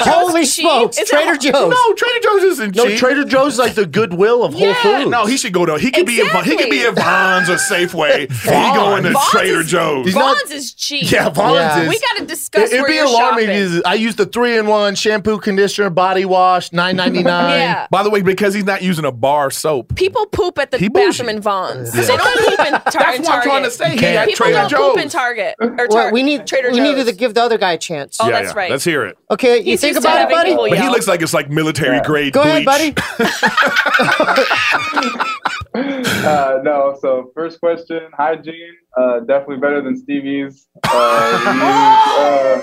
F: Holy smokes,
B: Is it-
F: Trader Joe's.
B: No, Trader Joe's isn't
A: No,
B: cheap.
A: Trader Joe's is like the goodwill of Whole
B: Yeah,
A: Foods.
B: No, he should go to. He could be. At, he could be at Vons or Safeway. He go into
C: Vons
B: Trader
C: is-
B: Joe's.
C: Vons is cheap.
A: Yeah, Vons Yeah. is-
C: We got to discuss
A: It'd
C: where
A: be
C: you're
A: alarming.
C: shopping.
A: if you- I used the three in one shampoo, conditioner, body wash, nine ninety nine.
C: Yeah.
B: By the way, because he's not using a bar soap.
C: People poop at the
B: He bougie.
C: bathroom in Vons.
B: Yeah.
C: They don't poop in Tar-
B: That's what I'm
C: Target.
B: trying to say. He
C: People
B: had Trader
C: don't poop in
B: Joe's.
C: Target or Tar-
F: Well, we need
C: Trader
F: we
C: Joe's.
F: needed to give the other guy a chance.
C: Oh, that's right.
B: Let's hear it.
F: Okay, you
C: He's
F: think
C: used to
F: about it,
C: having
F: buddy.
C: people
B: But he looks like it's like military grade.
F: Go ahead,
B: bleach.
F: buddy.
S: Uh, no, so first question, hygiene. Uh, definitely better than Stevie's. Uh,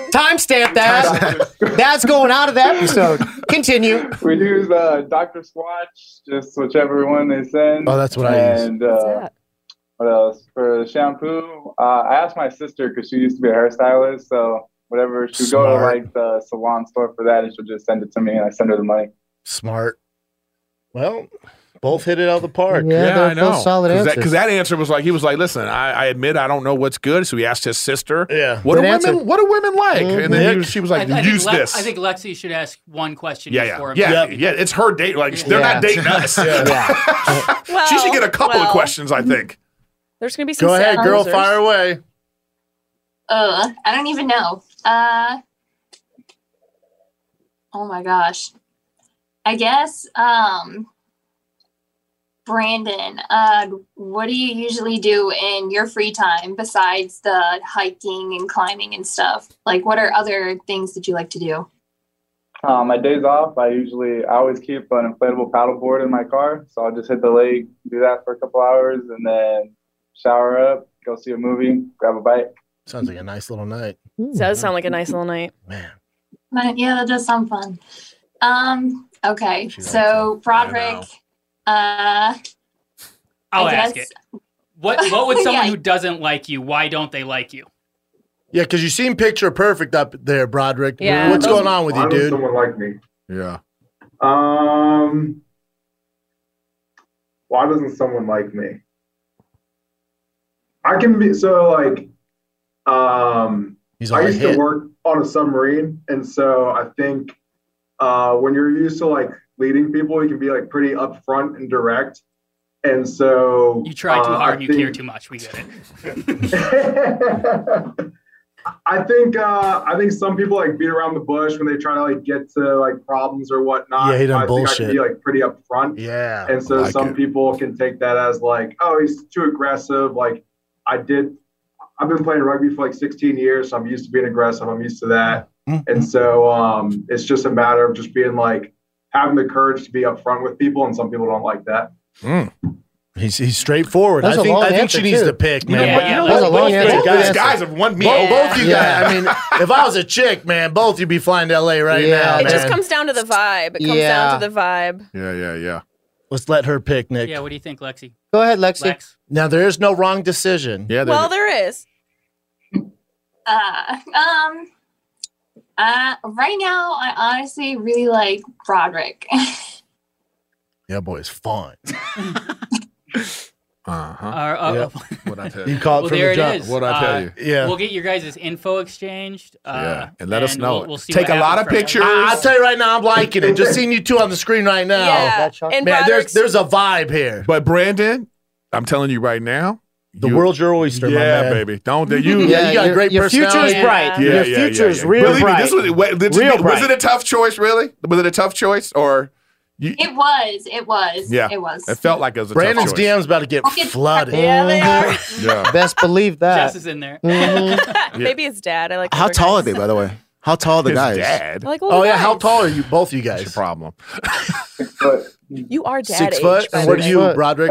S: we use, uh,
F: Timestamp that. That's going out of the episode. Continue.
S: we use uh, Doctor Squatch, just whichever one they send.
A: Oh, that's what I use.
S: And uh, what else for the shampoo? Uh, I asked my sister because she used to be a hairstylist, so whatever she would go to
A: Smart.
S: like the salon store for that, and she'll just send it to me, and I send her the money.
A: Smart. Well, both hit it out of the park.
B: Cause that, 'cause that answer was like he was like, listen, I, I admit I don't know what's good. So he asked his sister, yeah, what do
A: Good
B: women,
A: answer.
B: what do women like?
F: Mm-hmm.
B: And then he
A: Mhm.
B: was, she was like,
G: I, I
B: use
G: think Le-
B: this.
G: I think Lexi should ask one question
B: yeah, yeah,
G: before him.
B: yeah, yeah. It's her date. Like they're
G: Yeah.
B: not dating us. she should get a couple of
G: well.
B: questions. I think.
C: There's gonna be some.
A: Go ahead,
C: sad
A: girl.
C: losers.
A: Fire away.
N: Uh, I don't even know. Uh, oh my gosh. I guess, um, Brandon, uh, what do you usually do in your free time besides the hiking and climbing and stuff? Like, what are other things that you like to do?
S: Uh, my days off, I usually I always keep an inflatable paddleboard in my car, so I'll just hit the lake, do that for a couple hours, and then shower up, go see a movie, grab a bite.
A: Sounds like a nice little night.
C: Does sound like a nice little night.
N: But yeah, that does sound fun. Um, okay, so Broderick, uh,
G: I'll
N: I
G: ask
N: guess-
G: it. What What would someone
N: Yeah.
G: who doesn't like you? Why don't they like you?
A: Yeah, because you seem picture perfect up there, Broderick.
G: Yeah.
A: What's going on with
G: Why
A: you,
G: don't
A: dude?
G: someone
S: like me?
A: Yeah.
S: Um,
J: why doesn't someone like me? I can be so like um
A: He's
J: I
A: on a
J: used
A: hit.
J: to work on a submarine and so I think uh when you're used to like leading people you can be like pretty upfront and direct. And so
G: You try too
J: uh, I
G: hard. You
J: think-
G: care too much. We get it.
J: I think uh, I think some people like beat around the bush when they try to like get to like problems or whatnot.
A: Yeah, he done
J: I
A: bullshit.
J: Think I can be like pretty upfront.
A: Yeah,
J: and so
A: I like
J: some
A: it.
J: people can take that as like, oh, he's too aggressive. Like I did, I've been playing rugby for like 16 years, so I'm used to being aggressive. I'm used to that,
A: Mm-hmm.
J: and so um, it's just a matter of just being like having the courage to be upfront with people, and some people don't like that.
A: He's he's straightforward.
J: That's
A: I
J: a
A: think
J: long
A: I think
J: answer,
A: she needs
J: too.
A: to pick,
J: You
A: man.
J: know what- you know That's what? a
A: both
J: long
A: you
J: answer.
A: guys,
J: Good
A: guys
B: have won me
A: both,
B: over.
A: both you
B: Yeah.
A: guys. I mean, if I was a chick, man, both you'd be flying to LA right
C: Yeah,
B: Oh,
A: now.
C: it just
A: man.
C: comes down to the vibe. It comes
A: Yeah.
C: down to the vibe.
A: Yeah, yeah, yeah. Let's let her pick, Nick.
G: Yeah. What do you think, Lexi?
A: Go ahead, Lexi.
G: Lex.
A: Now there is no wrong decision. Yeah.
C: well, there is.
N: Uh, um, uh, right now, I honestly really like Broderick.
A: yeah, boy, it's fun. uh-huh.
G: Are- are-
B: What I tell
A: You caught
G: well,
A: from
G: there
A: the jump.
G: it is. Uh,
B: What'd I tell you?
A: Yeah.
G: We'll get your guys' info exchanged. Uh,
B: Yeah, and let us know
G: We'll,
B: it.
G: we'll see
B: Take
G: what
B: a lot of
G: happens from there.
B: pictures.
A: I, will tell you right now, I'm liking it. Just seeing you two on the screen right now.
B: Yeah,
A: Man,
B: and
A: there's there's a vibe here.
B: But Brandon, I'm telling you right now, the
A: world's your oyster.
B: Yeah,
A: my man.
B: baby. Don't they- you?
A: Yeah, you got a great personality.
B: Yeah, yeah, yeah, yeah. Believe me, this was, wait, this-
A: Real
B: was
A: bright.
B: it a tough choice? Really? Was it a tough choice or?
N: it was, it was,
B: Yeah,
N: it was.
B: It felt like it was a
A: Brandon's
B: tough choice.
A: DM's about to get
N: Okay.
A: flooded.
N: Yeah, they are.
B: Yeah.
F: Best believe that.
G: Jess is in there.
C: Maybe his dad. I like.
I: How
C: older
I: tall are
C: guys.
I: they, by the way? How tall are the
B: His
I: guys?
B: dad.
C: I like older
A: Oh yeah,
C: guys.
A: how tall are you, both you guys?
B: problem.
C: You are dad
A: Six
C: age,
A: foot.
C: by
A: And
C: the
A: what are
C: way.
A: you, Broderick?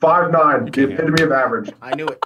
J: Five nine, the epitome of average.
I: I knew it.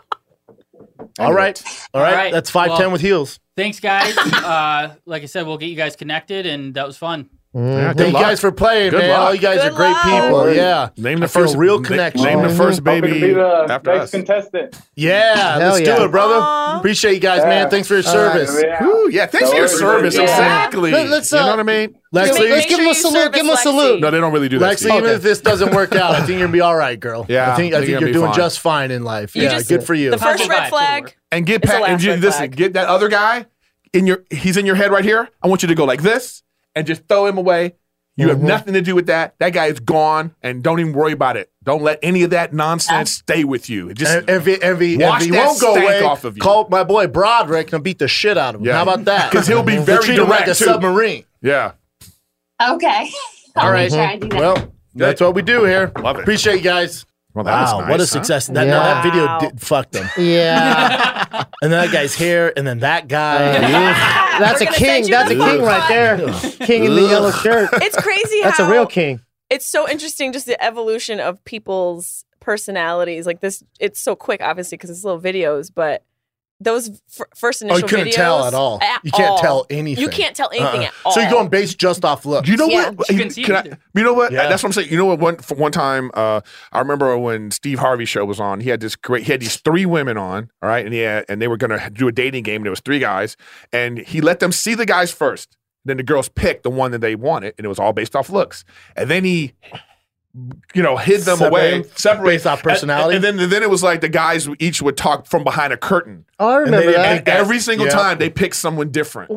A: All right, all
G: All
A: right.
G: right,
A: That's five ten
G: well-
A: with heels.
G: Thanks, guys. uh, like I said, we'll get you guys connected, and that was fun.
A: Thank Mm. you guys for playing,
B: Good
A: man.
B: luck.
A: All you guys
B: Good
A: are great
B: luck.
G: Oh,
A: people. Yeah.
B: Name the
A: I feel
B: first-
A: real
B: na-
A: connection.
B: name the first
S: Hoping to be
B: baby
S: the
B: after
S: next
B: us.
S: contestant.
A: Yeah,
S: Hell
A: let's
S: yeah.
A: do it, brother. Appreciate you guys, man. Thanks for your
S: All right,
A: service.
S: yeah. Woo, yeah, thanks for your
A: Lexi.
B: service, Yeah. exactly.
A: Let- let's,
B: You know
A: uh,
B: what I mean?
A: Lexi,
B: Make- make
A: give him a salute. Give him a salute.
B: No, they don't really do that.
A: Lexi, even if this doesn't work out, I think you're gonna be all right, girl.
B: Yeah,
A: I think I think you're
B: be
A: doing
B: fine.
A: just fine in life.
B: You
A: yeah,
B: just-
A: good for you.
C: The first red flag.
B: and get
C: It's the
B: Pat and
C: last
B: you,
C: red
B: listen,
C: flag.
B: get that other guy in your he's in your head right here. I want you to go like this and just throw him away. You have nothing to do with that. That guy is gone, and don't even worry about it. Don't let any of that nonsense stay with you. It Just
A: And if he, if he,
B: wash
A: if he
B: that
A: won't go
B: stank
A: away,
B: off of you.
A: call my boy Broderick and beat the shit out of him.
B: Yeah.
A: How about that?
B: 'Cause he'll be
A: We'll
B: very
A: treat him like
B: direct,
A: a
B: too.
A: submarine.
B: yeah.
N: Okay.
A: All
N: I'll
A: right.
N: make sure I do that.
A: Mm-hmm. Well, that's what we do here. Love it. Appreciate you guys.
B: Well,
F: that was
A: wow,
F: nice,
A: what
F: huh?
A: a success! That,
F: Yeah.
A: now that video did, fucked them.
F: Yeah.
A: And then that guy's hair, and then that guy.
F: That's a king. That's a king right there. King in the yellow shirt.
C: It's crazy
F: That's a
C: how-
F: real king.
C: It's so interesting, just the evolution of people's personalities. Like this, it's so quick, obviously, because it's little videos, but those f- first
A: Oh,
C: initial
A: you couldn't
C: videos,
A: tell at all.
C: at
A: you can't
C: all.
A: tell anything.
C: You can't tell anything
A: Uh-uh.
C: at all.
A: So you're going based just off looks.
B: You know
C: Yeah.
B: what?
C: You
B: You,
C: couldn't see
B: can I-
C: either.
B: you know what? That's what I'm saying. You know what? One for one time, uh, I remember when Steve Harvey show was on. He had this great. He had these three women on, all right, and he had, and they were going to do a dating game. And it was three guys, and he let them see the guys first. Then the girls picked the one that they wanted, and it was all based off looks. And then he you know, hid them
A: Separate
B: away,
A: them
B: separate
A: based off personality?
B: and, and then and then it was like the guys each would talk from behind a curtain.
F: Oh, I
B: And they-
F: remember that.
B: and every single
F: Yeah.
B: time they picked someone different.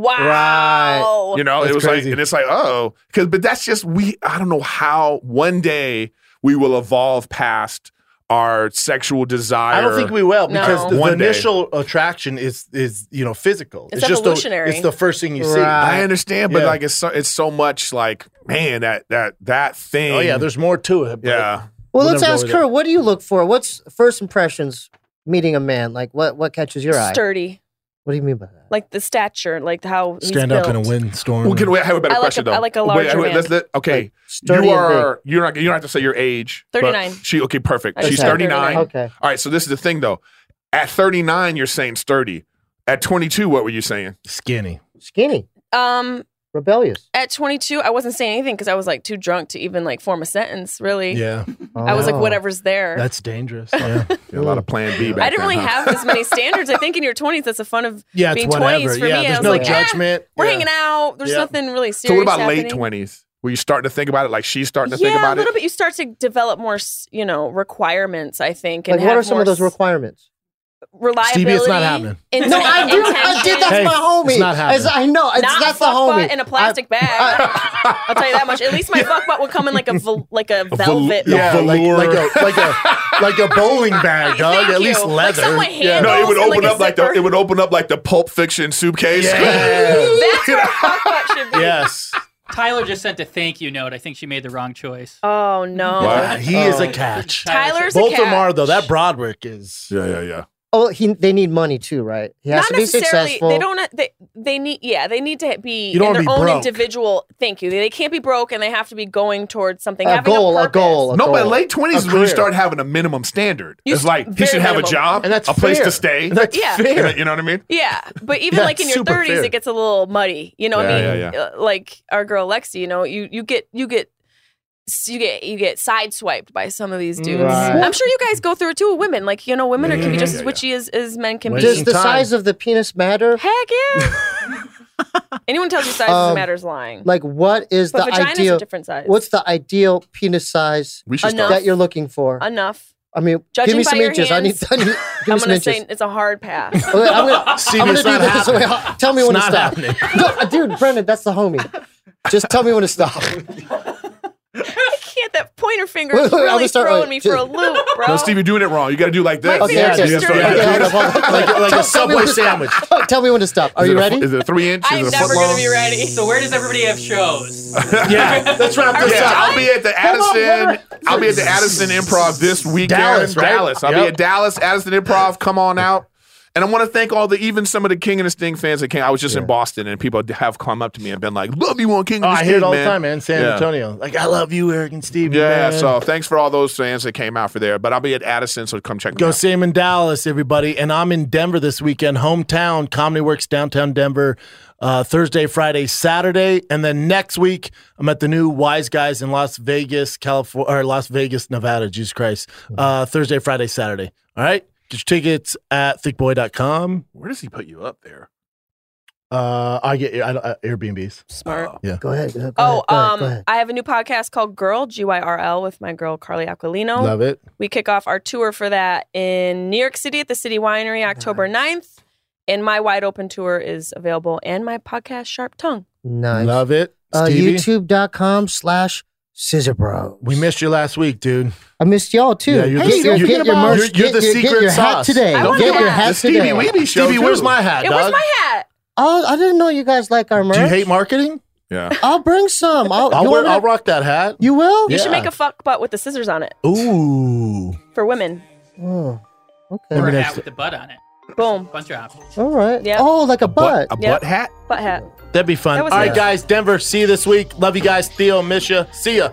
C: Wow.
B: You know,
A: That's
B: it was
A: crazy.
B: like, and it's like, oh, because but that's just we. I don't know how one day we will evolve past our sexual desire.
A: I don't think we will because the, the
B: One day.
A: initial attraction is is you know physical.
B: It's
A: just the,
B: evolutionary.
A: it's the first thing you see.
B: I understand, but
A: Yeah.
B: like it's so, it's so much like man that that that thing.
A: Oh, yeah, there's more to it.
B: Yeah.
F: Well, let's ask her. What do you look for? What's first impressions meeting a man? Like, what what catches your eye?
C: Sturdy,
F: What do you mean by that?
C: like the stature, like how he's
F: Stand
C: built.
F: up in a
A: windstorm.
B: Well, can we have a better
C: I like
B: question
C: a-
B: though?
C: I like a
B: Wait,
C: larger
B: wait,
C: man.
B: let's let- okay,
C: sturdy
B: you
C: and
B: are you're not you don't have to say your age. but
C: 39.
B: She okay, perfect.
C: I just
B: She's
C: said
B: thirty nine.
C: 39. Okay.
B: All right. So this is the thing though. At thirty nine, you're saying sturdy. At twenty two, what were you saying?
A: Skinny.
F: Skinny.
C: Um,
F: Rebellious.
C: at 22, I wasn't saying anything because I was like too drunk to even like form a sentence. Really.
A: Yeah.
C: I was like,
A: Oh.
C: whatever's there.
A: That's dangerous. Yeah.
B: a lot of Plan B. Back
C: I didn't
B: then,
C: really
B: huh?
C: have as many standards. I think in your 20s, that's the fun of
B: Yeah, it's
C: being
B: whatever.
C: 20s for
B: Yeah,
C: me. I
B: there's
C: was
B: no
C: like, eh,
B: judgment.
C: we're
B: Yeah.
C: hanging out. Oh, There's
B: Yeah.
C: nothing really serious.
B: So what about late
C: happening.
B: twenties? Were you starting to think about it like she's starting to
C: yeah,
B: think about
C: a little
B: it?
C: bit. You start to develop more, s- you know, requirements. I think. And
F: Like, what
C: have
F: are some
C: more
F: of those
C: s-
F: requirements?
C: reliability?
A: Stevie, it's not happening.
C: inten-
F: No, I do. I
C: intention.
F: did. That's my homie.
A: it's not happening.
F: As I know. It's,
C: Not a
F: that's the
C: fuck butt
F: homie.
C: in a plastic bag. I, will tell you that much. At least my fuck butt would come in like a vel- like a velvet.
A: yeah,
C: bag.
A: like, like a like a like a bowling bag, dog. At least
C: you. Like
A: leather.
C: someone
A: yeah.
B: No, it would
C: and, like,
B: open
C: a
B: up like the it would open up like the Pulp Fiction suitcase.
C: That's where fuck butt should be.
A: yes.
G: Tyler just sent a thank you note. I think she made the wrong choice.
C: Oh no.
A: Wow, he is
B: Oh.
A: a catch.
C: Tyler's a
A: Both of them
C: catch.
A: are though. That Broadwick is.
B: Yeah, yeah, yeah.
F: Oh, he. They need money too, right? He has
C: Not
F: to be
C: necessarily.
F: successful.
C: They don't. They, they need. Yeah, they need to be
F: You don't
C: in
F: wanna
C: their
F: be
C: own
F: broke.
C: individual. Thank you. They, they can't be broke, and they have to be going towards something.
F: A
C: having
F: goal,
C: a,
F: a
C: purpose.
F: goal. A
B: No,
F: goal.
B: but late twenties
F: A
B: is when you
F: career.
B: start having a minimum standard. it's like he
C: very
B: should have
C: minimum.
B: a job,
C: And that's
B: a place
C: fair.
B: to stay.
C: And that's Yeah. fair.
B: You know- You know what I mean?
C: Yeah, but even
B: Yeah,
C: like in your
B: super
C: 30s,
B: fair.
C: it gets a little muddy. You know what
B: Yeah,
C: I mean?
B: yeah, yeah.
C: Uh, Like our girl Lexi, you know, you you get you get you get you get sideswiped by some of these dudes.
F: Right.
C: I'm sure you guys go through it too. with Women, like you know, women are can be
F: Mhm.
C: just
F: Yeah,
C: as witchy as, as men can
F: Does
C: be.
F: the size of the penis matter?
C: Heck yeah. Anyone tells you size
F: Um,
C: doesn't matter is lying.
F: Like, what is
C: But
F: the
C: vagina's a
F: ideal?
C: different size.
F: What's the ideal penis size
B: we
C: should start-
F: that you're looking for?
C: Enough.
F: I mean,
C: Judging
F: give me
C: by
F: some
C: your
F: inches.
C: hands,
F: I need. I need
C: I'm
F: give me some
C: gonna
F: inches.
C: say it's a hard pass.
F: Okay, I'm gonna, I'm gonna do this. Wait, h- tell me
C: It's
F: when
C: not
F: to stop. No, dude, Brendan, that's the homie. Just tell me when to stop.
C: I can't. That pointer finger
F: Wait,
C: is
F: wait, I'm
C: really
F: gonna start-
C: throwing
F: wait,
C: me for a loop, bro.
B: No, Steve, you're doing it wrong. You got to do like this.
C: My Okay, fingers okay. are sturdy.
B: Yeah,
F: Okay,
B: do
F: hold on,
B: this.
F: hold on. Tell- tell me when to stop. Oh, Tell me when to stop. Are
B: Is it
F: you
B: a-
F: ready?
B: Is it a three inch?
G: I'm
B: is it a
G: never
B: foot
G: gonna
B: long?
G: be ready. So where does everybody have shows?
B: yeah,
A: let's
G: wrap this
B: yeah,
G: up.
B: I'll be at the
G: Come on,
B: Addison.
G: Leonard.
B: I'll be at the Addison Improv this weekend.
A: Dallas, right?
B: Dallas. I'll be
A: Yep.
B: at Dallas Addison Improv. Come on out. And I want to thank all the even some of the King and the Sting fans that came. I was just in Boston, and people have come up to me and been like, "Love you on King."
A: Oh,
B: and the
A: I hear it
B: Sting,
A: all
B: man."
A: the time, man. San
B: Yeah.
A: Antonio. Like, I love you, Eric and Stevie.
B: Yeah,
A: man.
B: so thanks for all those fans that came out for there. But I'll be at Addison, so come check me
A: Go
B: out.
A: see him in Dallas, everybody. And I'm in Denver this weekend, hometown, Comedy Works, downtown Denver, uh, Thursday, Friday, Saturday. And then next week, I'm at the new Wise Guys in Las Vegas, California, or Las Vegas, Nevada, Jesus Christ. Uh, Thursday, Friday, Saturday. All right. Get your tickets at thickboy.com.
B: Where does he put you up there?
A: Uh, I get I, I, Airbnbs.
C: Smart.
A: Yeah.
F: Go ahead. Go ahead
C: Oh,
F: go ahead,
C: um,
F: go ahead.
C: I have a new podcast called Girl G Y R L with my girl Carly Aquilino.
A: Love it.
C: We kick off our tour for that in New York City at the City Winery, October 9th. And my wide open tour is available, and my podcast Sharp Tongue.
F: Nice.
A: Love it.
F: Uh,
A: Stevie?
F: YouTube.com slash Scissor Bros.
A: We missed you last week, dude.
F: I missed y'all too.
A: Yeah, you're
F: Hey,
A: the,
F: yo,
A: you're,
F: get your
A: you're-
F: merch,
A: you're- you're
F: get
A: the
F: your- get
A: secret
F: your hat
A: sauce
F: today. I Get want your your hat. hat
A: Stevie
F: today.
A: Weeby show.
F: Stevie,
A: where's my hat,
C: Yeah,
A: dog?
C: where's my hat?
F: Oh, I didn't know you guys like our merch.
A: Do you hate marketing?
B: Yeah.
F: I'll bring some. I'll,
A: I'll,
F: you
A: wear,
F: want me to-
A: I'll rock that hat.
F: You will?
C: You should make a fuck butt with the scissors on it
A: Ooh.
C: for women.
F: Oh, okay.
G: Or a hat with the butt on it.
C: Boom.
G: Bunch of options.
F: All right.
C: Yeah.
F: Oh, like a butt.
C: Yep. Butt hat.
A: That'd be fun.
C: That
A: All
C: was
A: right,
C: nice.
A: guys. Denver, see you this week. Love you guys. Theo, miss ya. See ya.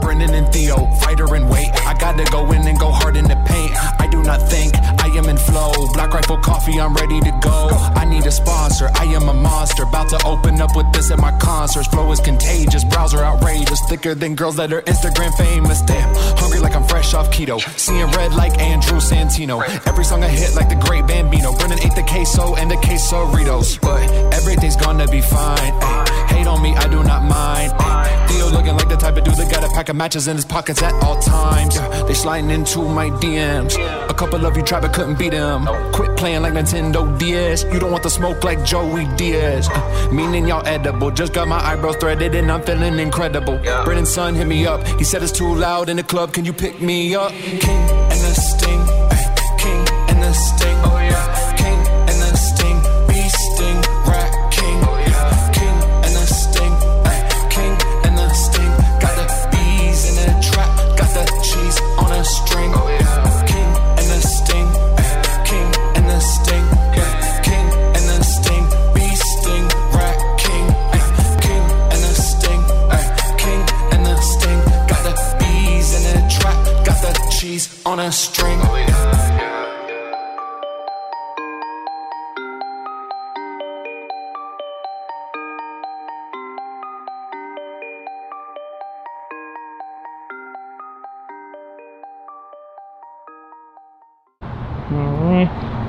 T: Brendan and Theo, fighter and weight. I got Gotta go in and go hard in the paint. I do not think I am in flow. Black Rifle Coffee, I'm ready to go. I need a sponsor. I am a monster. About to open up with this at my concerts. Flow is contagious. Browser outrageous. Thicker than girls that are Instagram famous. Damn, hungry like I'm fresh off keto. Seeing red like Andrew Santino. Every song I hit like the great Bambino. Brennan ate the queso and the quesoritos. But everything's gonna be fine. ayy. Hate on me, I do not mind. ayy. Theo looking like the type of dude that got a pack of matches in his pockets at all times. Yeah, They sliding into my DMs. A couple of you tried but couldn't beat them. Quit playing like Nintendo DS. You don't want the smoke like Joey Diaz. Uh, Meaning y'all edible. Just got my eyebrows threaded and I'm feeling incredible. Brennan's son hit me up. He said it's too loud in the club. Can you pick me up? King and the sting. ay, King and the sting. Oh yeah. King and the sting. Beast sting. Rat king. Oh yeah. King and the sting. ay, King and the sting. Got the bees in the trap. Got the cheese on a string. Oh yeah. King and the sting. ay, King and the sting. yeah, King and the sting. Beast sting. Rat king. ay, King and the sting. ay, King and the sting. Got the bees in the trap. Got the cheese on a string. Oh yeah.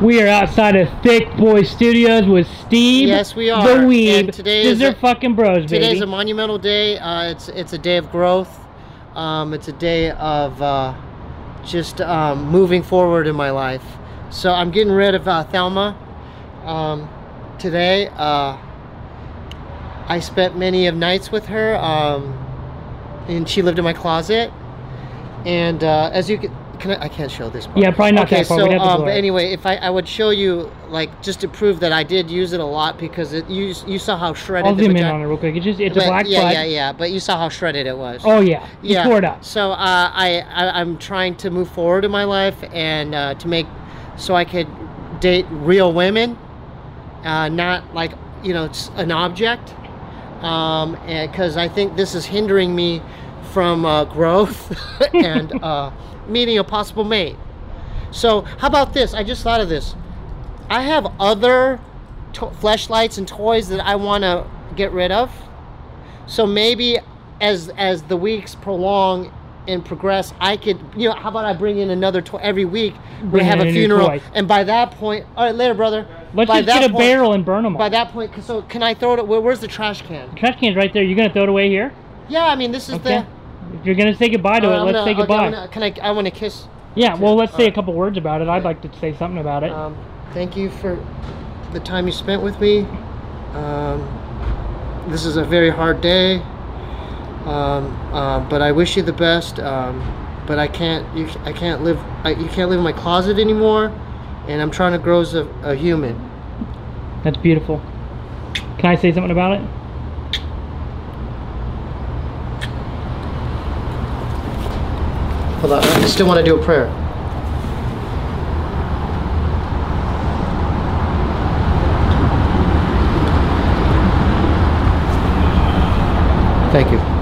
P: We are outside of Thick Boy Studios with Steve.
F: Yes, we are.
P: The Weeb.
F: And today
P: These
F: is
P: are
F: a-
P: fucking bros, baby.
F: Today's a monumental day. Uh, it's it's a day of growth. Um, it's a day of uh, just um, moving forward in my life. So I'm getting rid of uh, Thelma um, today. Uh, I spent many of nights with her, um, and she lived in my closet. And uh, as you can, can I, I can't show this part.
P: Yeah, probably not
F: okay,
P: that part.
F: So,
P: We'd have to
F: um,
P: blur
F: but
P: it.
F: anyway, if I, I would show you, like, just to prove that I did use it a lot because it you you saw how shredded.
P: I'll
F: the
P: zoom in
F: vagina-
P: on it real quick. It's just it's a
F: But-
P: black
F: yeah,
P: flag.
F: yeah, yeah. But you saw how shredded it was.
P: Oh yeah, you
F: yeah.
P: tore it up.
F: So uh, I, I I'm trying to move forward in my life and uh, to make so I could date real women, uh, not like you know s- an object, um, because I think this is hindering me from uh, growth and uh, meeting a possible mate. So how about this? I just thought of this. I have other to- fleshlights and toys that I want to get rid of. So maybe as as the weeks prolong and progress, I could you know how about I bring in another toy every week? we
P: Bring
F: have
P: in
F: a
P: a new
F: funeral,
P: toy.
F: and by that point, all right, later, brother.
P: Let's
F: by
P: just get
F: that
P: a barrel and burn them all.
F: By that point, 'cause- so can I throw it? Where, where's the trash can?
P: Trash can's right there. You're gonna throw it away here.
F: Yeah, I mean this is
P: Okay.
F: the.
P: If you're gonna say goodbye to
F: All right,
P: it,
F: Oh, I'm
P: let's
F: gonna-
P: say
F: okay, I'm
P: goodbye.
F: gonna- can I? I want to kiss.
P: yeah. Well, let's
F: All
P: say
F: right.
P: a couple words about it. I'd like to say something about it.
F: Um, thank you for the time you spent with me. Um, this is a very hard day, um, uh, but I wish you the best. Um, but I can't, you, I can't live, I, you can't live in my closet anymore, and I'm trying to grow as a, a human.
P: That's beautiful. Can I say something about it?
F: Hold on, I still want to do a prayer. Thank you.